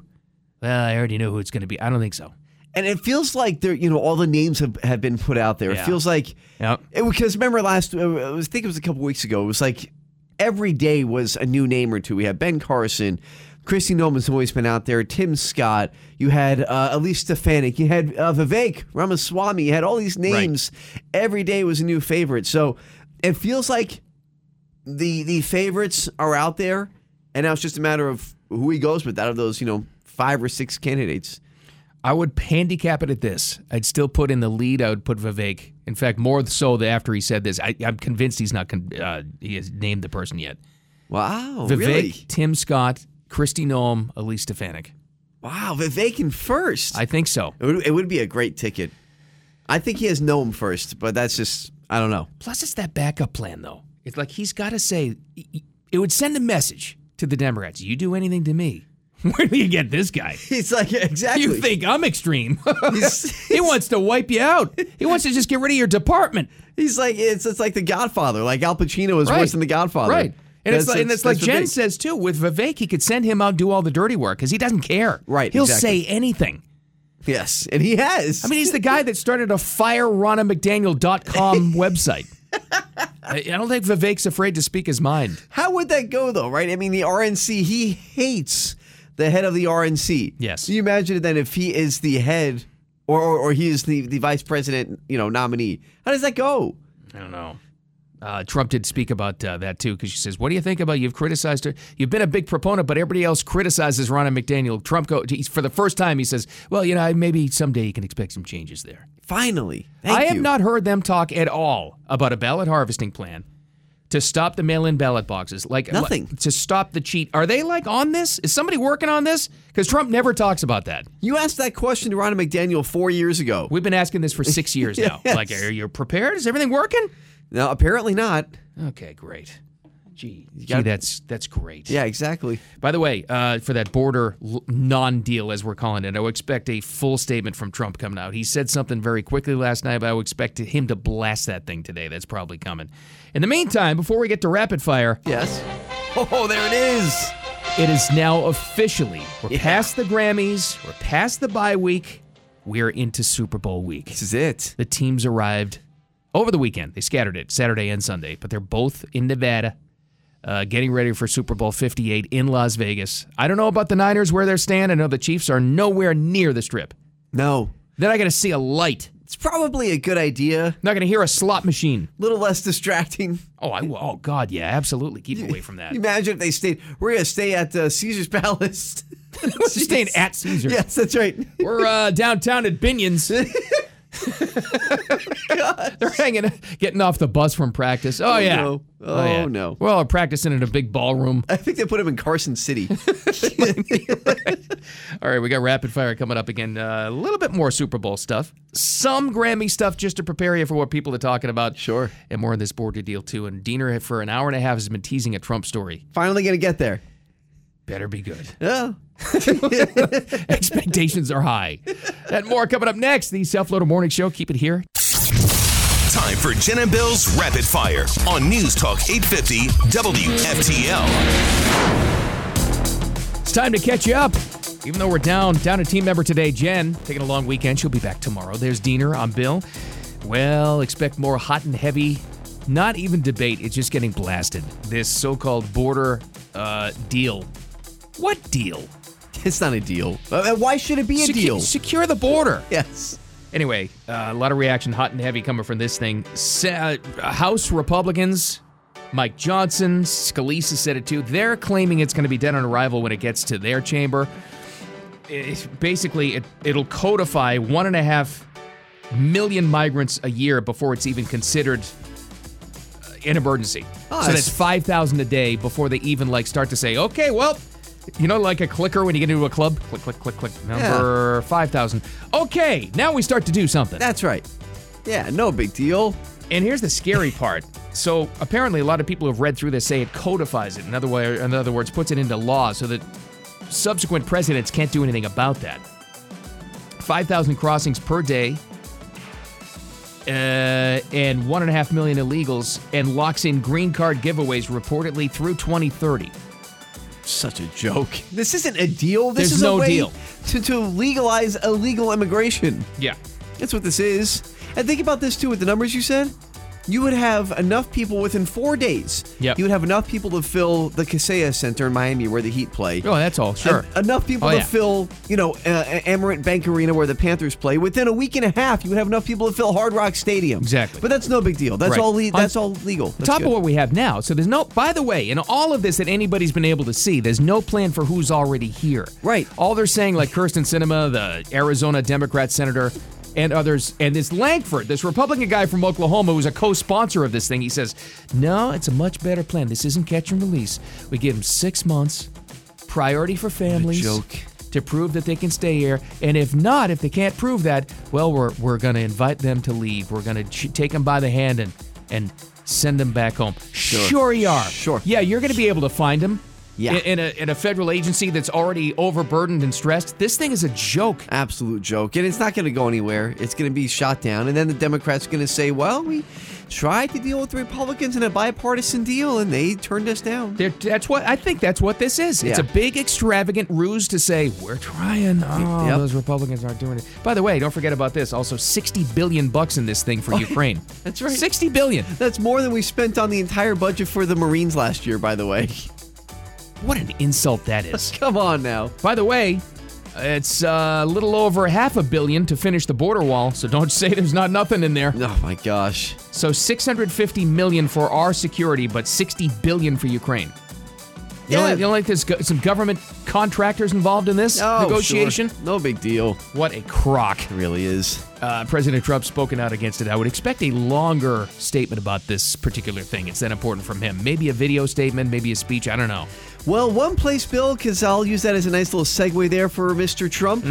[SPEAKER 3] well, I already know who it's going to be. I don't think so.
[SPEAKER 4] and it feels like there, you know, all the names have, have been put out there. It
[SPEAKER 3] Yeah.
[SPEAKER 4] feels like
[SPEAKER 3] Yep.
[SPEAKER 4] because remember last, uh, I was- think it was a couple weeks ago. It was like every day was a new name or two. We had Ben Carson, Christy Nolan's always been out there. Tim Scott. You had uh, Elise Stefanik. You had uh, Vivek Ramaswamy. You had all these names. Every day was a new favorite. So it feels like the the favorites are out there, and now it's just a matter of who he goes with out of those, you know, five or six candidates.
[SPEAKER 3] I would handicap it at this. I'd still put in the lead. I would put Vivek. In fact, more so the after he said this. I, I'm convinced he's not. Con- uh, he has named the person yet.
[SPEAKER 4] Wow,
[SPEAKER 3] Vivek,
[SPEAKER 4] really?
[SPEAKER 3] Tim Scott, Christy Noam, Elise Stefanik.
[SPEAKER 4] Wow, Vivek in first.
[SPEAKER 3] I think so.
[SPEAKER 4] It would, it would be a great ticket. I think he has Noam first, but that's just I don't know.
[SPEAKER 3] Plus, it's that backup plan, though. It's like he's got to say it would send a message to the Democrats: "You do anything to me, where do you get this guy?
[SPEAKER 4] He's like exactly.
[SPEAKER 3] You think I'm extreme? he wants to wipe you out. He wants to just get rid of your department.
[SPEAKER 4] He's like it's it's like The Godfather. Like Al Pacino is
[SPEAKER 3] Right.
[SPEAKER 4] worse than The Godfather.
[SPEAKER 3] Right. And it's,
[SPEAKER 4] That's-
[SPEAKER 3] like, and it's
[SPEAKER 4] that's
[SPEAKER 3] like
[SPEAKER 4] Vivek.
[SPEAKER 3] Jen says too. With Vivek, he could send him out do all the dirty work because he doesn't care.
[SPEAKER 4] Right,
[SPEAKER 3] He'll
[SPEAKER 4] exactly.
[SPEAKER 3] say anything.
[SPEAKER 4] Yes, and he has.
[SPEAKER 3] I mean, he's the guy that started a FireRonnaMcDaniel.com website. I I don't think Vivek's afraid to speak his mind.
[SPEAKER 4] How would that go though, right? I mean, the RNC, he hates the head of the RNC.
[SPEAKER 3] Yes.
[SPEAKER 4] So you imagine then if he is the head or, or, or he is the, the vice president, you know, nominee. How does that go?
[SPEAKER 3] I don't know. Uh, Trump did speak about uh, that too, because she says, "What do you think about you've criticized her? You've been a big proponent, but everybody else criticizes Ronna McDaniel." Trump go he's- for the first time. He says, "Well, you know, I- maybe someday you can expect some changes there."
[SPEAKER 4] Finally. Thank
[SPEAKER 3] I have
[SPEAKER 4] you.
[SPEAKER 3] not heard them talk at all about a ballot harvesting plan to stop the mail-in ballot boxes. Like li-
[SPEAKER 4] Nothing.
[SPEAKER 3] to stop the cheat. Are they like on this? Is somebody working on this? Because Trump never talks about that.
[SPEAKER 4] You asked that question to Ron McDaniel four years ago.
[SPEAKER 3] We've been asking this for six years now. Like, are you prepared? Is everything working?
[SPEAKER 4] No, apparently not.
[SPEAKER 3] Okay, great. Gee, gee
[SPEAKER 4] gotta-
[SPEAKER 3] that's that's great.
[SPEAKER 4] Yeah, exactly.
[SPEAKER 3] By the way, uh, for that border l- non-deal, as we're calling it, I would expect a full statement from Trump coming out. He said something very quickly last night, but I would expect him to blast that thing today. That's probably coming. In the meantime, before we get to rapid fire,
[SPEAKER 4] Yes. Oh, there it is.
[SPEAKER 3] it is now officially we're past the Grammys, we're past the bye week, we're into Super Bowl week.
[SPEAKER 4] This is it.
[SPEAKER 3] The teams arrived over the weekend. They scattered it Saturday and Sunday, but they're both in Nevada. Uh, getting ready for Super Bowl 58 in Las Vegas. I don't know about the Niners where they're staying. I know the Chiefs are nowhere near the strip.
[SPEAKER 4] No.
[SPEAKER 3] Then I got to see a light.
[SPEAKER 4] It's probably a good idea.
[SPEAKER 3] I'm not going to hear a slot machine.
[SPEAKER 4] A little less distracting.
[SPEAKER 3] Oh, I will. Oh, God. Yeah, absolutely. Keep away from that.
[SPEAKER 4] Imagine if they stayed. We're gonna stay at uh, Caesar's Palace.
[SPEAKER 3] We're staying at Caesars.
[SPEAKER 4] Yes, that's right.
[SPEAKER 3] We're uh, downtown at Binion's.
[SPEAKER 4] Oh,
[SPEAKER 3] They're hanging, getting off the bus from practice. Oh, yeah.
[SPEAKER 4] no. Oh, no.
[SPEAKER 3] We're all practicing in a big ballroom.
[SPEAKER 4] I think they put him in Carson City.
[SPEAKER 3] All right, we got rapid fire coming up again. Uh, a little bit more Super Bowl stuff, some Grammy stuff, just to prepare you for what people are talking about.
[SPEAKER 4] Sure.
[SPEAKER 3] and more on this border deal too. And Diener, for an hour and a half, has been teasing a Trump story.
[SPEAKER 4] Finally gonna get there.
[SPEAKER 3] Better be good.
[SPEAKER 4] Oh.
[SPEAKER 3] Expectations are high. And more coming up next. The Self Loader Morning Show. Keep it here.
[SPEAKER 1] Time for Jen and Bill's Rapid Fire on News Talk 850 WFTL.
[SPEAKER 3] It's time to catch you up. Even though we're down, down a team member today, Jen, taking a long weekend. She'll be back tomorrow. There's Diener. I'm Bill. Well, expect more hot and heavy. Not even debate. It's just getting blasted. This so-called border uh, deal. What deal?
[SPEAKER 4] It's not a deal. Uh, why should it be a
[SPEAKER 3] Secu-
[SPEAKER 4] deal?
[SPEAKER 3] Secure the border.
[SPEAKER 4] Yes.
[SPEAKER 3] Anyway, uh, a lot of reaction, hot and heavy, coming from this thing. Sa- uh, House Republicans, Mike Johnson, Scalise said it too. They're claiming it's going to be dead on arrival when it gets to their chamber. It- basically, it, it'll codify one and a half million migrants a year before it's even considered uh, an emergency.
[SPEAKER 4] Oh,
[SPEAKER 3] so
[SPEAKER 4] that's-
[SPEAKER 3] that's five thousand a day before they even like start to say, okay, well. You know, like a clicker when you get into a club, click, click, click, click, number five thousand. Okay, now we start to do something.
[SPEAKER 4] That's right. Yeah, no big deal.
[SPEAKER 3] And here's the scary part. So apparently, a lot of people who have read through this say it codifies it. In other way, in other words, puts it into law so that subsequent presidents can't do anything about that. Five thousand crossings per day, uh, and one and a half million illegals, and locks in green card giveaways reportedly through 2030.
[SPEAKER 4] Such a joke. This isn't a deal. This
[SPEAKER 3] There's
[SPEAKER 4] is
[SPEAKER 3] no
[SPEAKER 4] a way
[SPEAKER 3] deal.
[SPEAKER 4] To, to legalize illegal immigration.
[SPEAKER 3] Yeah.
[SPEAKER 4] That's what this is. And think about this too with the numbers you said. you would have enough people within four days.
[SPEAKER 3] Yep.
[SPEAKER 4] You would have enough people to fill the Kaseya Center in Miami where the Heat play.
[SPEAKER 3] Oh, that's all. Sure.
[SPEAKER 4] En- enough people
[SPEAKER 3] Oh,
[SPEAKER 4] to
[SPEAKER 3] yeah.
[SPEAKER 4] fill, you know, uh, Amarant Bank Arena where the Panthers play. Within a week and a half, you would have enough people to fill Hard Rock Stadium. Exactly. But that's no big deal. That's
[SPEAKER 3] Right.
[SPEAKER 4] all. Le-
[SPEAKER 3] On
[SPEAKER 4] that's all legal.
[SPEAKER 3] On
[SPEAKER 4] That's
[SPEAKER 3] top
[SPEAKER 4] good.
[SPEAKER 3] of what we have now. So there's no. By the way, in all of this that anybody's been able to see, there's no plan for who's already here. Right. All they're saying, like Kirsten Cinema, the Arizona Democrat senator, and others, and this Langford, this Republican guy from Oklahoma, who's a co-sponsor of this thing. He says, "No, it's a much better plan. This isn't catch and release. We give them six months, priority for families."
[SPEAKER 4] joke.
[SPEAKER 3] To prove that they can stay here, and if not, if they can't prove that, well, we're we're going to invite them to leave. We're going to ch- take them by the hand and and send them back home. Sure, you are. Sure. Yeah, you're going to be able to find them.
[SPEAKER 4] Yeah.
[SPEAKER 3] In, in a, in a federal agency that's already overburdened and stressed. This thing is a joke.
[SPEAKER 4] Absolute joke. And it's not going to go anywhere. It's going to be shot down. And then the Democrats are going to say, well, we tried to deal with the Republicans in a bipartisan deal and they turned us down.
[SPEAKER 3] They're, that's what I think. That's what this is. It's a big, extravagant ruse to say we're trying. Oh,
[SPEAKER 4] Yep.
[SPEAKER 3] those Republicans aren't doing it. By the way, don't forget about this. Also, sixty billion bucks in this thing for Ukraine.
[SPEAKER 4] Oh, That's right.
[SPEAKER 3] 60 billion.
[SPEAKER 4] That's more than we spent on the entire budget for the Marines last year, by the way.
[SPEAKER 3] What an insult that is.
[SPEAKER 4] Come on now.
[SPEAKER 3] By the way, it's uh, a little over half a billion to finish the border wall, so don't say there's not nothing in there.
[SPEAKER 4] Oh my gosh.
[SPEAKER 3] So 650 million for our security, but 60 billion for Ukraine. You don't,
[SPEAKER 4] Yeah.
[SPEAKER 3] you don't like there's go- some government contractors involved in this
[SPEAKER 4] Oh,
[SPEAKER 3] negotiation?
[SPEAKER 4] sure. No big deal.
[SPEAKER 3] What a crock. It
[SPEAKER 4] really is.
[SPEAKER 3] Uh, President Trump's spoken out against it. I would expect a longer statement about this particular thing. It's that important from him. Maybe a video statement, maybe a speech. I don't know.
[SPEAKER 4] Well, one place, Bill, because I'll use that as a nice little segue there for Mr. Trump.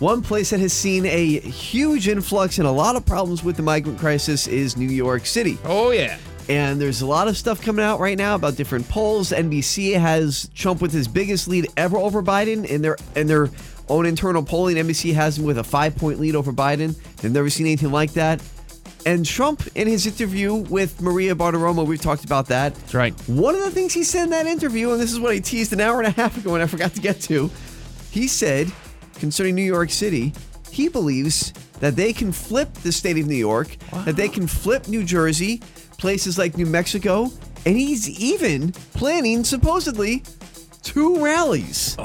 [SPEAKER 4] One place that has seen a huge influx and a lot of problems with the migrant crisis is New York City.
[SPEAKER 3] Oh, yeah.
[SPEAKER 4] And there's a lot of stuff coming out right now about different polls. NBC has Trump with his biggest lead ever over Biden in their in their own internal polling. NBC has him with a five point lead over Biden. They've never seen anything like that. And Trump, in his interview with Maria Bartiromo, we've talked about that. That's
[SPEAKER 3] right.
[SPEAKER 4] One of the things he said in that interview, and this is what he teased an hour and a half ago and I forgot to get to, he said concerning New York City, he believes that they can flip the state of New York, that they can flip New Jersey, places like New Mexico, and he's even planning, supposedly, two rallies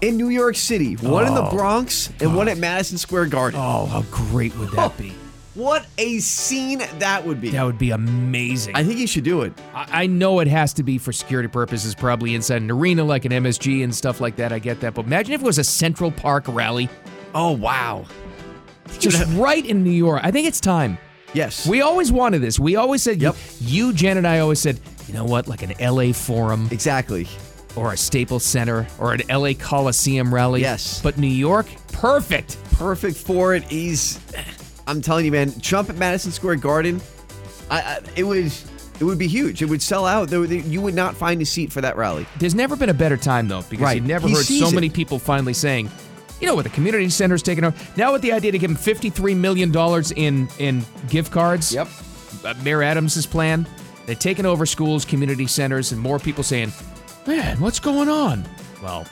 [SPEAKER 4] in New York City one in the
[SPEAKER 3] Oh.
[SPEAKER 4] Bronx and one at Madison Square Garden.
[SPEAKER 3] Oh, how great would that be?
[SPEAKER 4] What a scene that would be.
[SPEAKER 3] That would be amazing. I
[SPEAKER 4] think you should do it.
[SPEAKER 3] I, I know it has to be for security purposes, probably inside an arena like an MSG and stuff like that. I get that. But imagine if it was a Central Park rally.
[SPEAKER 4] Oh, wow.
[SPEAKER 3] Just right in New York. I think it's time.
[SPEAKER 4] Yes.
[SPEAKER 3] We always wanted this. We always said, you, Jen, and I always said, you know what, like an LA Forum.
[SPEAKER 4] Exactly.
[SPEAKER 3] Or a Staples Center or an LA Coliseum rally.
[SPEAKER 4] Yes.
[SPEAKER 3] But New York, perfect.
[SPEAKER 4] Perfect for it. He's, I'm telling you, man, Trump at Madison Square Garden, I, I it was, it would be huge. It would sell out. There, would- you would not find a seat for that rally.
[SPEAKER 3] There's never been a better time though, because
[SPEAKER 4] Right.
[SPEAKER 3] you've never
[SPEAKER 4] He
[SPEAKER 3] heard
[SPEAKER 4] sees
[SPEAKER 3] so
[SPEAKER 4] it.
[SPEAKER 3] many people finally saying, you know, with the community centers taking over now with the idea to give them 53 million dollars in in gift cards. Yep. Uh, Mayor Adams' plan. They're taking over schools, community centers, and more people saying, "Man, what's going on?" Well,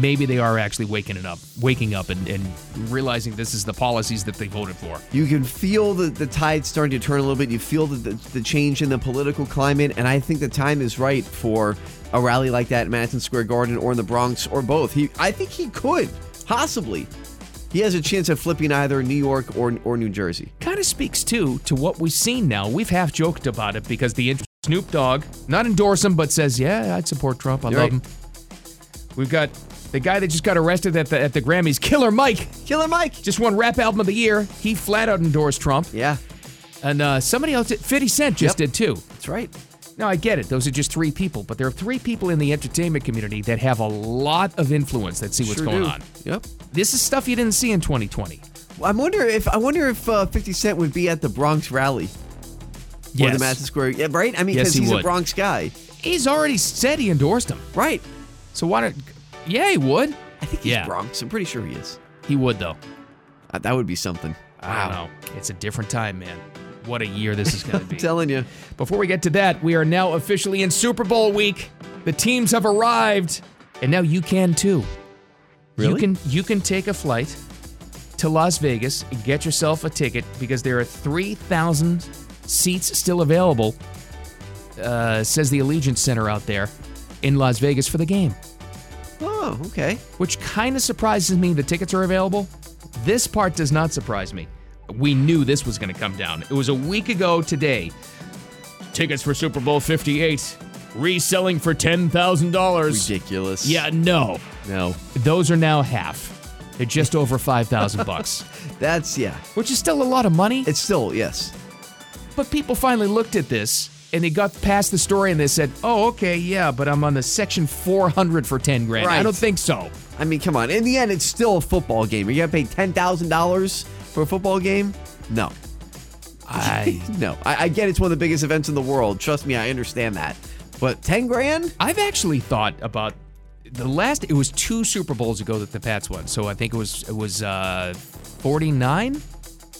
[SPEAKER 3] maybe they are actually waking it up, waking up, and, and realizing this is the policies that they voted for.
[SPEAKER 4] You can feel the, the tide starting to turn a little bit. You feel the, the, the change in the political climate. And I think the time is right for a rally like that in Madison Square Garden or in the Bronx or both. He, I think he could, possibly. He has a chance of flipping either New York or, or New Jersey.
[SPEAKER 3] kind of speaks too to what we've seen now. We've half joked about it because the int- Snoop Dogg not endorse him, but says, "Yeah, I'd support Trump. I
[SPEAKER 4] You're
[SPEAKER 3] love
[SPEAKER 4] right.
[SPEAKER 3] him." We've got the guy that just got arrested at the at the Grammys, Killer Mike.
[SPEAKER 4] Killer Mike
[SPEAKER 3] just won Rap Album of the Year. He flat out endorsed Trump.
[SPEAKER 4] Yeah,
[SPEAKER 3] and uh, somebody else, did- Fifty Cent, just did too.
[SPEAKER 4] That's right.
[SPEAKER 3] Now I get it; those are just three people, but there are three people in the entertainment community that have a lot of influence that see what's
[SPEAKER 4] Sure
[SPEAKER 3] going
[SPEAKER 4] do.
[SPEAKER 3] on.
[SPEAKER 4] Yep.
[SPEAKER 3] This is stuff you didn't see in 2020.
[SPEAKER 4] I wonder if I wonder if uh, 50 Cent would be at the Bronx rally. Or the
[SPEAKER 3] Yes.
[SPEAKER 4] Madison Square. Yeah, right? I mean,
[SPEAKER 3] Yes,
[SPEAKER 4] because
[SPEAKER 3] he
[SPEAKER 4] he's a
[SPEAKER 3] would.
[SPEAKER 4] Bronx guy.
[SPEAKER 3] He's already said he endorsed him.
[SPEAKER 4] Right.
[SPEAKER 3] So why don't? Yeah, he would.
[SPEAKER 4] I think he's Bronx. I'm pretty sure he is.
[SPEAKER 3] He would though.
[SPEAKER 4] Uh, that would be something.
[SPEAKER 3] I don't know. It's a different time, man. What a year this is going to be. I'm
[SPEAKER 4] telling you.
[SPEAKER 3] Before we get to that, we are now officially in Super Bowl week. The teams have arrived, and now you can too. You
[SPEAKER 4] Really?
[SPEAKER 3] can you can take a flight to Las Vegas and get yourself a ticket because there are 3,000 Seats still available, uh, says the Allegiant Center out there in Las Vegas for the game.
[SPEAKER 4] Oh, okay.
[SPEAKER 3] Which kind of surprises me. The tickets are available. This part does not surprise me. We knew this was going to come down. It was a week ago today. Tickets for Super Bowl 58 reselling for $10,000.
[SPEAKER 4] Ridiculous.
[SPEAKER 3] Yeah, no.
[SPEAKER 4] No.
[SPEAKER 3] Those are now half. They're just over 5,000 bucks.
[SPEAKER 4] That's yeah.
[SPEAKER 3] Which is still a lot of money.
[SPEAKER 4] It's still yes.
[SPEAKER 3] But people finally looked at this and they got past the story and they said, "Oh, okay, yeah, but I'm on the section 400 for 10 grand." I
[SPEAKER 4] Right.
[SPEAKER 3] don't think so.
[SPEAKER 4] I mean, come on. In the end, it's still a football game. You got to pay ten thousand dollars for a football game? No. I no. I, I get it's one of the biggest events in the world. Trust me, I understand that. But ten grand?
[SPEAKER 3] I've actually thought about the last. It was two Super Bowls ago that the Pats won. So I think it was it was uh, 49. I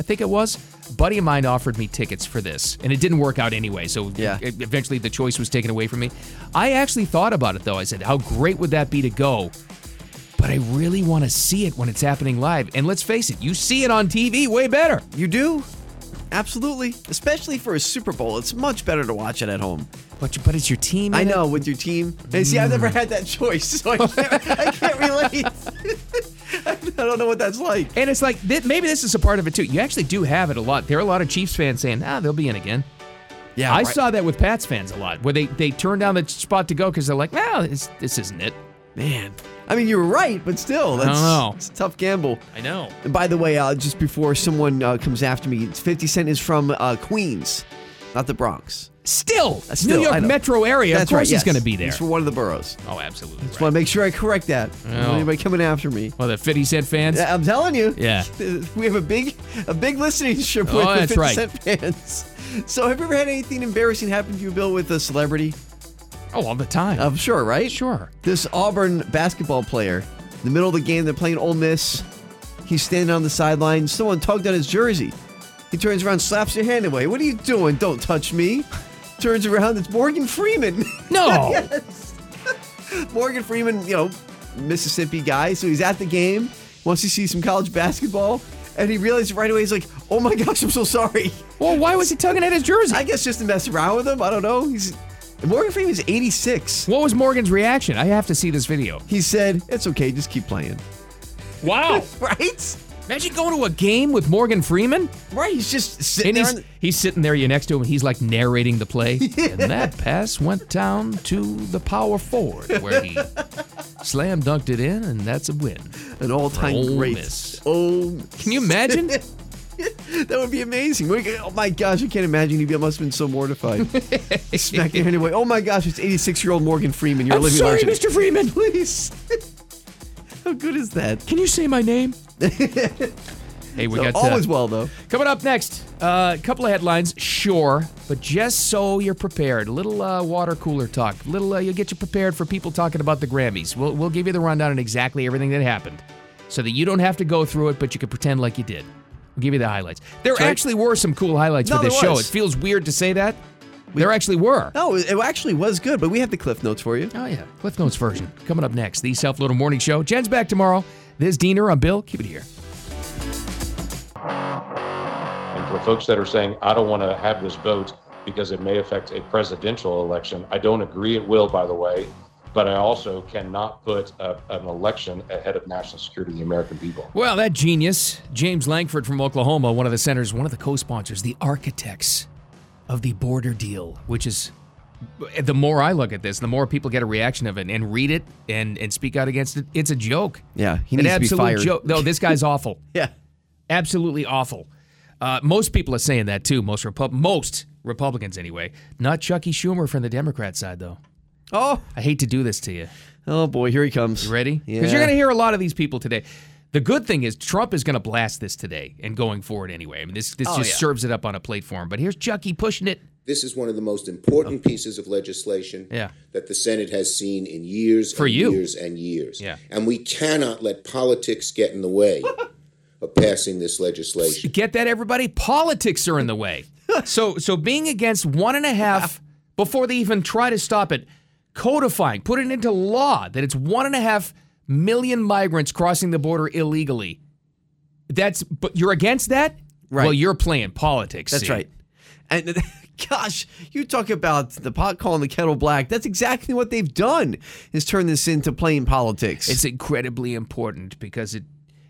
[SPEAKER 3] think it was. A buddy of mine offered me tickets for this, and it didn't work out anyway. So
[SPEAKER 4] Yeah.
[SPEAKER 3] e- eventually, the choice was taken away from me. I actually thought about it though. I said, "How great would that be to go?" But I really want to see it when it's happening live. And let's face it, you see it on TV way better.
[SPEAKER 4] You do? Absolutely. Especially for a Super Bowl, it's much better to watch it at home.
[SPEAKER 3] But, but it's your team.
[SPEAKER 4] I
[SPEAKER 3] in it.
[SPEAKER 4] know with your team. And see, I've never had that choice, so I can't, I can't relate. I don't know what that's like.
[SPEAKER 3] And it's like th- maybe this is a part of it too. You actually do have it a lot. There are a lot of Chiefs fans saying, "Ah, they'll be in again."
[SPEAKER 4] Yeah,
[SPEAKER 3] I
[SPEAKER 4] right.
[SPEAKER 3] saw that with Pats fans a lot, where they they turn down the spot to go because they're like, "No, this, this isn't it."
[SPEAKER 4] Man, I mean, you're right, but still,
[SPEAKER 3] I don't
[SPEAKER 4] that's
[SPEAKER 3] know.
[SPEAKER 4] It's a tough gamble.
[SPEAKER 3] I know.
[SPEAKER 4] And by the way, uh, just before someone uh, comes after me, 50 Cent is from uh, Queens, not the Bronx.
[SPEAKER 3] Still,
[SPEAKER 4] Uh,
[SPEAKER 3] New
[SPEAKER 4] still, I
[SPEAKER 3] York
[SPEAKER 4] know.
[SPEAKER 3] metro area.
[SPEAKER 4] That's
[SPEAKER 3] of course,
[SPEAKER 4] right,
[SPEAKER 3] he's
[SPEAKER 4] yes.
[SPEAKER 3] going to be there.
[SPEAKER 4] He's from one of the boroughs.
[SPEAKER 3] oh, absolutely.
[SPEAKER 4] Just
[SPEAKER 3] right.
[SPEAKER 4] want to make sure I correct that. I don't want
[SPEAKER 3] Oh.
[SPEAKER 4] Anybody coming after me?
[SPEAKER 3] Well, the Fifty Cent fans.
[SPEAKER 4] Yeah, I'm telling you.
[SPEAKER 3] Yeah.
[SPEAKER 4] We have a big, a big listenership
[SPEAKER 3] Oh,
[SPEAKER 4] with
[SPEAKER 3] that's
[SPEAKER 4] the 50
[SPEAKER 3] right.
[SPEAKER 4] Cent fans. So, have you ever had anything embarrassing happen to you, Bill, with a celebrity?
[SPEAKER 3] Oh, all the time.
[SPEAKER 4] I'm Um, sure, right?
[SPEAKER 3] Sure.
[SPEAKER 4] This Auburn basketball player, in the middle of the game, they're playing Ole Miss. He's standing on the sideline. Someone tugged on his jersey. He turns around, slaps your hand away. What are you doing? Don't touch me. Turns around, it's Morgan Freeman.
[SPEAKER 3] No.
[SPEAKER 4] yes. Morgan Freeman, you know, Mississippi guy. So he's at the game, wants to see some college basketball, and he realizes right away he's like, oh my gosh, I'm so sorry.
[SPEAKER 3] Well, why was he tugging at his jersey?
[SPEAKER 4] I guess just to mess around with him. I don't know. He's Morgan Freeman's 86.
[SPEAKER 3] what was Morgan's reaction? I have to see this video.
[SPEAKER 4] He said, "It's okay, just keep playing."
[SPEAKER 3] Wow.
[SPEAKER 4] Right?
[SPEAKER 3] Imagine going to a game with Morgan Freeman.
[SPEAKER 4] Right? He's just sitting
[SPEAKER 3] And
[SPEAKER 4] there.
[SPEAKER 3] he's,
[SPEAKER 4] on-
[SPEAKER 3] he's sitting there, you're next to him, and he's like narrating the play. And that pass went down to the power forward where he slam dunked it in, and that's a win.
[SPEAKER 4] an all-time
[SPEAKER 3] Ole
[SPEAKER 4] great.
[SPEAKER 3] Miss.
[SPEAKER 4] Oh,
[SPEAKER 3] Can you imagine?
[SPEAKER 4] that would be amazing. What- Oh my gosh, I can't imagine. You must have been so mortified. Smack your hand away. Oh my gosh, it's 86-year-old Morgan Freeman. You're
[SPEAKER 3] I'm
[SPEAKER 4] living
[SPEAKER 3] sorry,
[SPEAKER 4] legend.
[SPEAKER 3] Mr. Freeman.
[SPEAKER 4] Please. How good is that?
[SPEAKER 3] Can you say my name? hey, we got uh,
[SPEAKER 4] Always well though.
[SPEAKER 3] Coming up next, uh, a couple of headlines, sure, but just so you're prepared, a little uh, water cooler talk, little uh, you'll get you prepared for people talking about the Grammys. We'll we'll give you the rundown on exactly everything that happened, so that you don't have to go through it, but you can pretend like you did. We'll give you the highlights. There
[SPEAKER 4] right.
[SPEAKER 3] actually were some cool highlights
[SPEAKER 4] No,
[SPEAKER 3] for this
[SPEAKER 4] there
[SPEAKER 3] show. It
[SPEAKER 4] was.
[SPEAKER 3] feels weird to say that. there actually were.
[SPEAKER 4] No, it it actually was good, but we have the cliff notes for you.
[SPEAKER 3] Oh yeah, Cliff Notes version coming up next. The South Florida Morning Show. Jen's back tomorrow. This is Diener. I'm Bill. Keep it here.
[SPEAKER 6] And for folks that are saying, I don't want to have this vote because it may affect a presidential election, I don't agree it will, by the way, but I also cannot put a, an election ahead of national security of the American people.
[SPEAKER 3] Well, that genius, James Langford from Oklahoma, one of the center's, one of the co sponsors, the architects of the border deal, which is the more I look at this, the more people get a reaction of it and read it and, and speak out against it. It's a joke.
[SPEAKER 4] Yeah, he
[SPEAKER 3] An
[SPEAKER 4] needs to be
[SPEAKER 3] absolute
[SPEAKER 4] fired.
[SPEAKER 3] joke. No, this guy's awful.
[SPEAKER 4] Yeah.
[SPEAKER 3] Absolutely awful. Uh, most people are saying that too. Most Repu- most Republicans, anyway. Not Chucky Schumer from the Democrat side, though.
[SPEAKER 4] Oh.
[SPEAKER 3] I hate to do this to you.
[SPEAKER 4] Oh boy, here he comes.
[SPEAKER 3] You ready?
[SPEAKER 4] Yeah.
[SPEAKER 3] Because you're going to hear a lot of these people today. The good thing is Trump is going to blast this today and going forward anyway. I mean, this this
[SPEAKER 4] Oh,
[SPEAKER 3] just
[SPEAKER 4] yeah.
[SPEAKER 3] serves it up on a plate for him. But here's Chucky pushing it.
[SPEAKER 12] This is one of the most important pieces of legislation
[SPEAKER 3] Yeah.
[SPEAKER 12] that the Senate has seen in years
[SPEAKER 3] For
[SPEAKER 12] and
[SPEAKER 3] you.
[SPEAKER 12] years and years.
[SPEAKER 3] Yeah.
[SPEAKER 12] And we cannot let politics get in the way of passing this legislation.
[SPEAKER 3] Get that, everybody? Politics are in the way. so so being against one and a half before they even try to stop it, codifying, put it into law that it's one and a half million migrants crossing the border illegally. That's but you're against that.
[SPEAKER 4] Right.
[SPEAKER 3] Well, you're playing politics.
[SPEAKER 4] That's
[SPEAKER 3] see.
[SPEAKER 4] right. And gosh, you talk about the pot calling the kettle black. That's exactly what they've done is turn this into playing politics.
[SPEAKER 3] It's incredibly important because it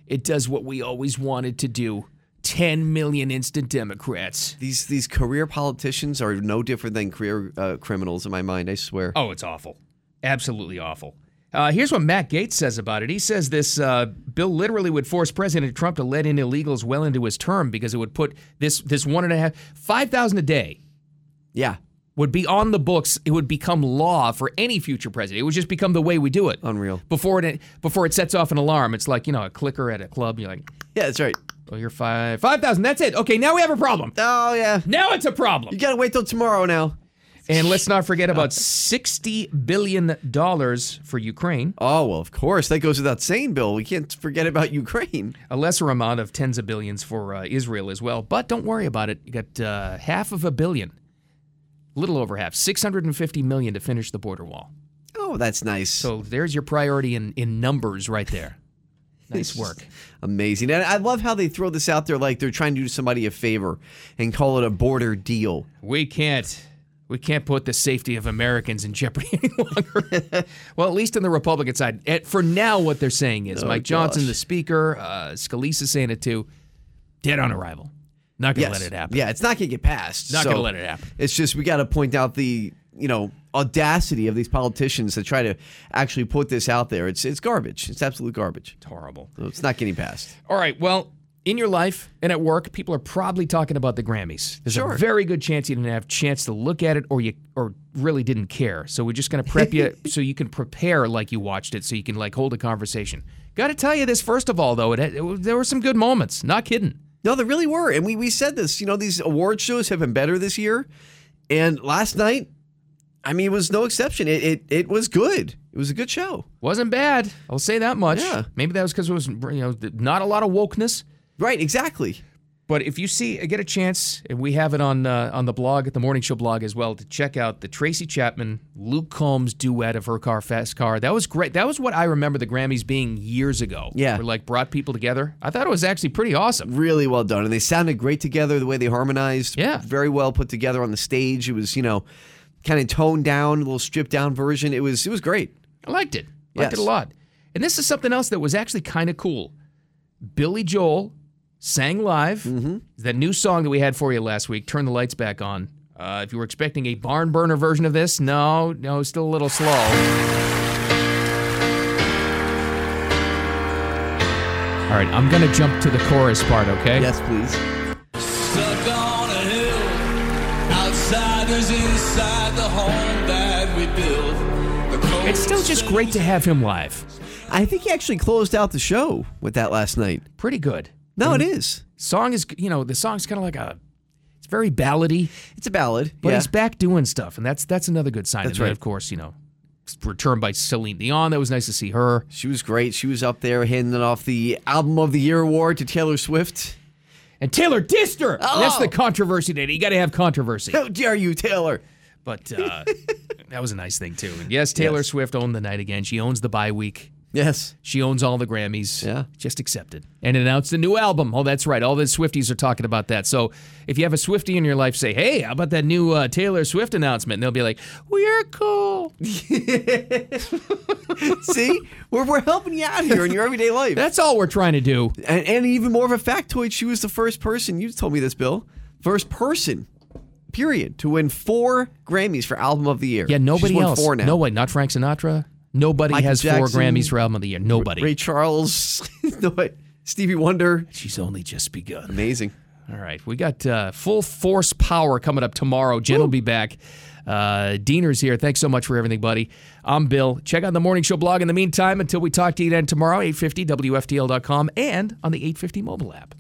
[SPEAKER 3] it does what we always wanted to do. 10 million instant Democrats.
[SPEAKER 4] These these career politicians are no different than career uh, criminals in my mind. I swear.
[SPEAKER 3] Oh, it's awful. Absolutely awful. Uh, here's what Matt Gates says about it. He says this uh, bill literally would force President Trump to let in illegals well into his term because it would put this this one and a half five thousand a day.
[SPEAKER 4] Yeah,
[SPEAKER 3] would be on the books. It would become law for any future president. It would just become the way we do it.
[SPEAKER 4] Unreal.
[SPEAKER 3] Before it before it sets off an alarm, it's like you know a clicker at a club. You're like,
[SPEAKER 4] yeah, that's right.
[SPEAKER 3] Oh, you're five five thousand. That's it. Okay, now we have a problem.
[SPEAKER 4] Oh yeah,
[SPEAKER 3] now it's a problem.
[SPEAKER 4] You gotta wait till tomorrow now.
[SPEAKER 3] And let's not forget about $60 billion for Ukraine.
[SPEAKER 4] Oh, well, of course. That goes without saying, Bill. We can't forget about Ukraine.
[SPEAKER 3] A lesser amount of tens of billions for uh, Israel as well. But don't worry about it. You got uh, half of a billion, a little over half, $650 million to finish the border wall.
[SPEAKER 4] Oh, that's nice.
[SPEAKER 3] So there's your priority in, in numbers right there. Nice work.
[SPEAKER 4] Amazing. And I love how they throw this out there like they're trying to do somebody a favor and call it a border deal.
[SPEAKER 3] We can't we can't put the safety of Americans in jeopardy any longer. well, at least on the Republican side. At, for now, what they're saying is
[SPEAKER 4] Oh,
[SPEAKER 3] Mike Johnson,
[SPEAKER 4] gosh.
[SPEAKER 3] the Speaker, uh, Scalise saying it too, dead on arrival. Not going to
[SPEAKER 4] Yes.
[SPEAKER 3] let it happen.
[SPEAKER 4] Yeah, it's not going to get passed.
[SPEAKER 3] Not gonna let it happen.
[SPEAKER 4] It's just we got to point out the you know audacity of these politicians that try to actually put this out there. It's it's garbage. It's absolute garbage. It's
[SPEAKER 3] horrible.
[SPEAKER 4] it's not getting passed.
[SPEAKER 3] All right. Well, in your life and at work, people are probably talking about the Grammys. There's a very good chance you didn't have a chance to look at it, or you or really didn't care. So we're just going to prep you so you can prepare like you watched it, so you can like hold a conversation. Got to tell you this first of all, though, it, it there were some good moments. Not kidding.
[SPEAKER 4] No, there really were, and we we said this. You know, these award shows have been better this year, and last night, I mean, it was no exception. It it, it was good. It was a good show.
[SPEAKER 3] Wasn't bad. I'll say that much.
[SPEAKER 4] Yeah.
[SPEAKER 3] Maybe that was because it was you know not a lot of wokeness.
[SPEAKER 4] Right. Exactly.
[SPEAKER 3] But if you see uh, get a chance, and we have it on uh, on the blog at the morning show blog as well to check out the Tracy Chapman Luke Combs duet of her car fast car. That was great. That was what I remember the Grammys being years ago.
[SPEAKER 4] Yeah.
[SPEAKER 3] where like brought people together. I thought it was actually pretty awesome.
[SPEAKER 4] Really well done. And they sounded great together the way they harmonized. Yeah. Very well put together on the stage. It was, you know, kind of toned down, a little stripped down version. It was it was great.
[SPEAKER 3] I liked it. Liked it a
[SPEAKER 4] Yes.
[SPEAKER 3] lot. And this is something else that was actually kind of cool. Billy Joel sang live
[SPEAKER 4] Mm-hmm.
[SPEAKER 3] that new song that we had for you last week. Turn the lights back on. Uh, if you were expecting a barn burner version of this, no, no, still a little slow. All right, I'm going to jump to the chorus part, okay?
[SPEAKER 4] Yes, please.
[SPEAKER 13] Stuck on a hill, outsiders inside the home that we built.
[SPEAKER 3] It's still just great to have him live.
[SPEAKER 4] I think he actually closed out the show with that last night.
[SPEAKER 3] Pretty good.
[SPEAKER 4] No, it
[SPEAKER 3] And
[SPEAKER 4] is.
[SPEAKER 3] Song is, you know, the song's kind of like a, it's very ballady.
[SPEAKER 4] It's a ballad,
[SPEAKER 3] but
[SPEAKER 4] yeah.
[SPEAKER 3] he's back doing stuff, and that's that's another good sign.
[SPEAKER 4] That's
[SPEAKER 3] And then,
[SPEAKER 4] right.
[SPEAKER 3] Of course, you know, return by Celine Dion. That was nice to see her.
[SPEAKER 4] She was great. She was up there handing off the album of the year award to Taylor Swift.
[SPEAKER 3] And Taylor dissed her.
[SPEAKER 4] Oh.
[SPEAKER 3] That's the controversy today. You got to have controversy.
[SPEAKER 4] How dare you, Taylor?
[SPEAKER 3] But uh, that was a nice thing too. And yes, Taylor Swift owned the night again. She owns the bye week.
[SPEAKER 4] Yes.
[SPEAKER 3] She owns all the Grammys.
[SPEAKER 4] Yeah.
[SPEAKER 3] Just accept it. And announced a new album. Oh, that's right. All the Swifties are talking about that. So if you have a Swiftie in your life, say, hey, how about that new uh, Taylor Swift announcement? And they'll be like, we're cool.
[SPEAKER 4] See, we're, we're helping you out here in your everyday life.
[SPEAKER 3] That's all we're trying to do.
[SPEAKER 4] And, and even more of a factoid, she was the first person, you told me this, Bill, first person, period, to win four Grammys for Album of the Year.
[SPEAKER 3] Yeah, nobody
[SPEAKER 4] She's won
[SPEAKER 3] else.
[SPEAKER 4] Four now.
[SPEAKER 3] No way. Not Frank Sinatra. Nobody
[SPEAKER 4] Michael
[SPEAKER 3] has four
[SPEAKER 4] Jackson.
[SPEAKER 3] Grammys for album of the year. Nobody.
[SPEAKER 4] Ray Charles, no way. Stevie Wonder.
[SPEAKER 3] She's only just begun.
[SPEAKER 4] Amazing.
[SPEAKER 3] All right, we got uh, full force power coming up tomorrow. Jen will be back. Uh, Diener's here. Thanks so much for everything, buddy. I'm Bill. Check out the Morning Show blog in the meantime. Until we talk to you again tomorrow, 850WFTL.com and on the 850 mobile app.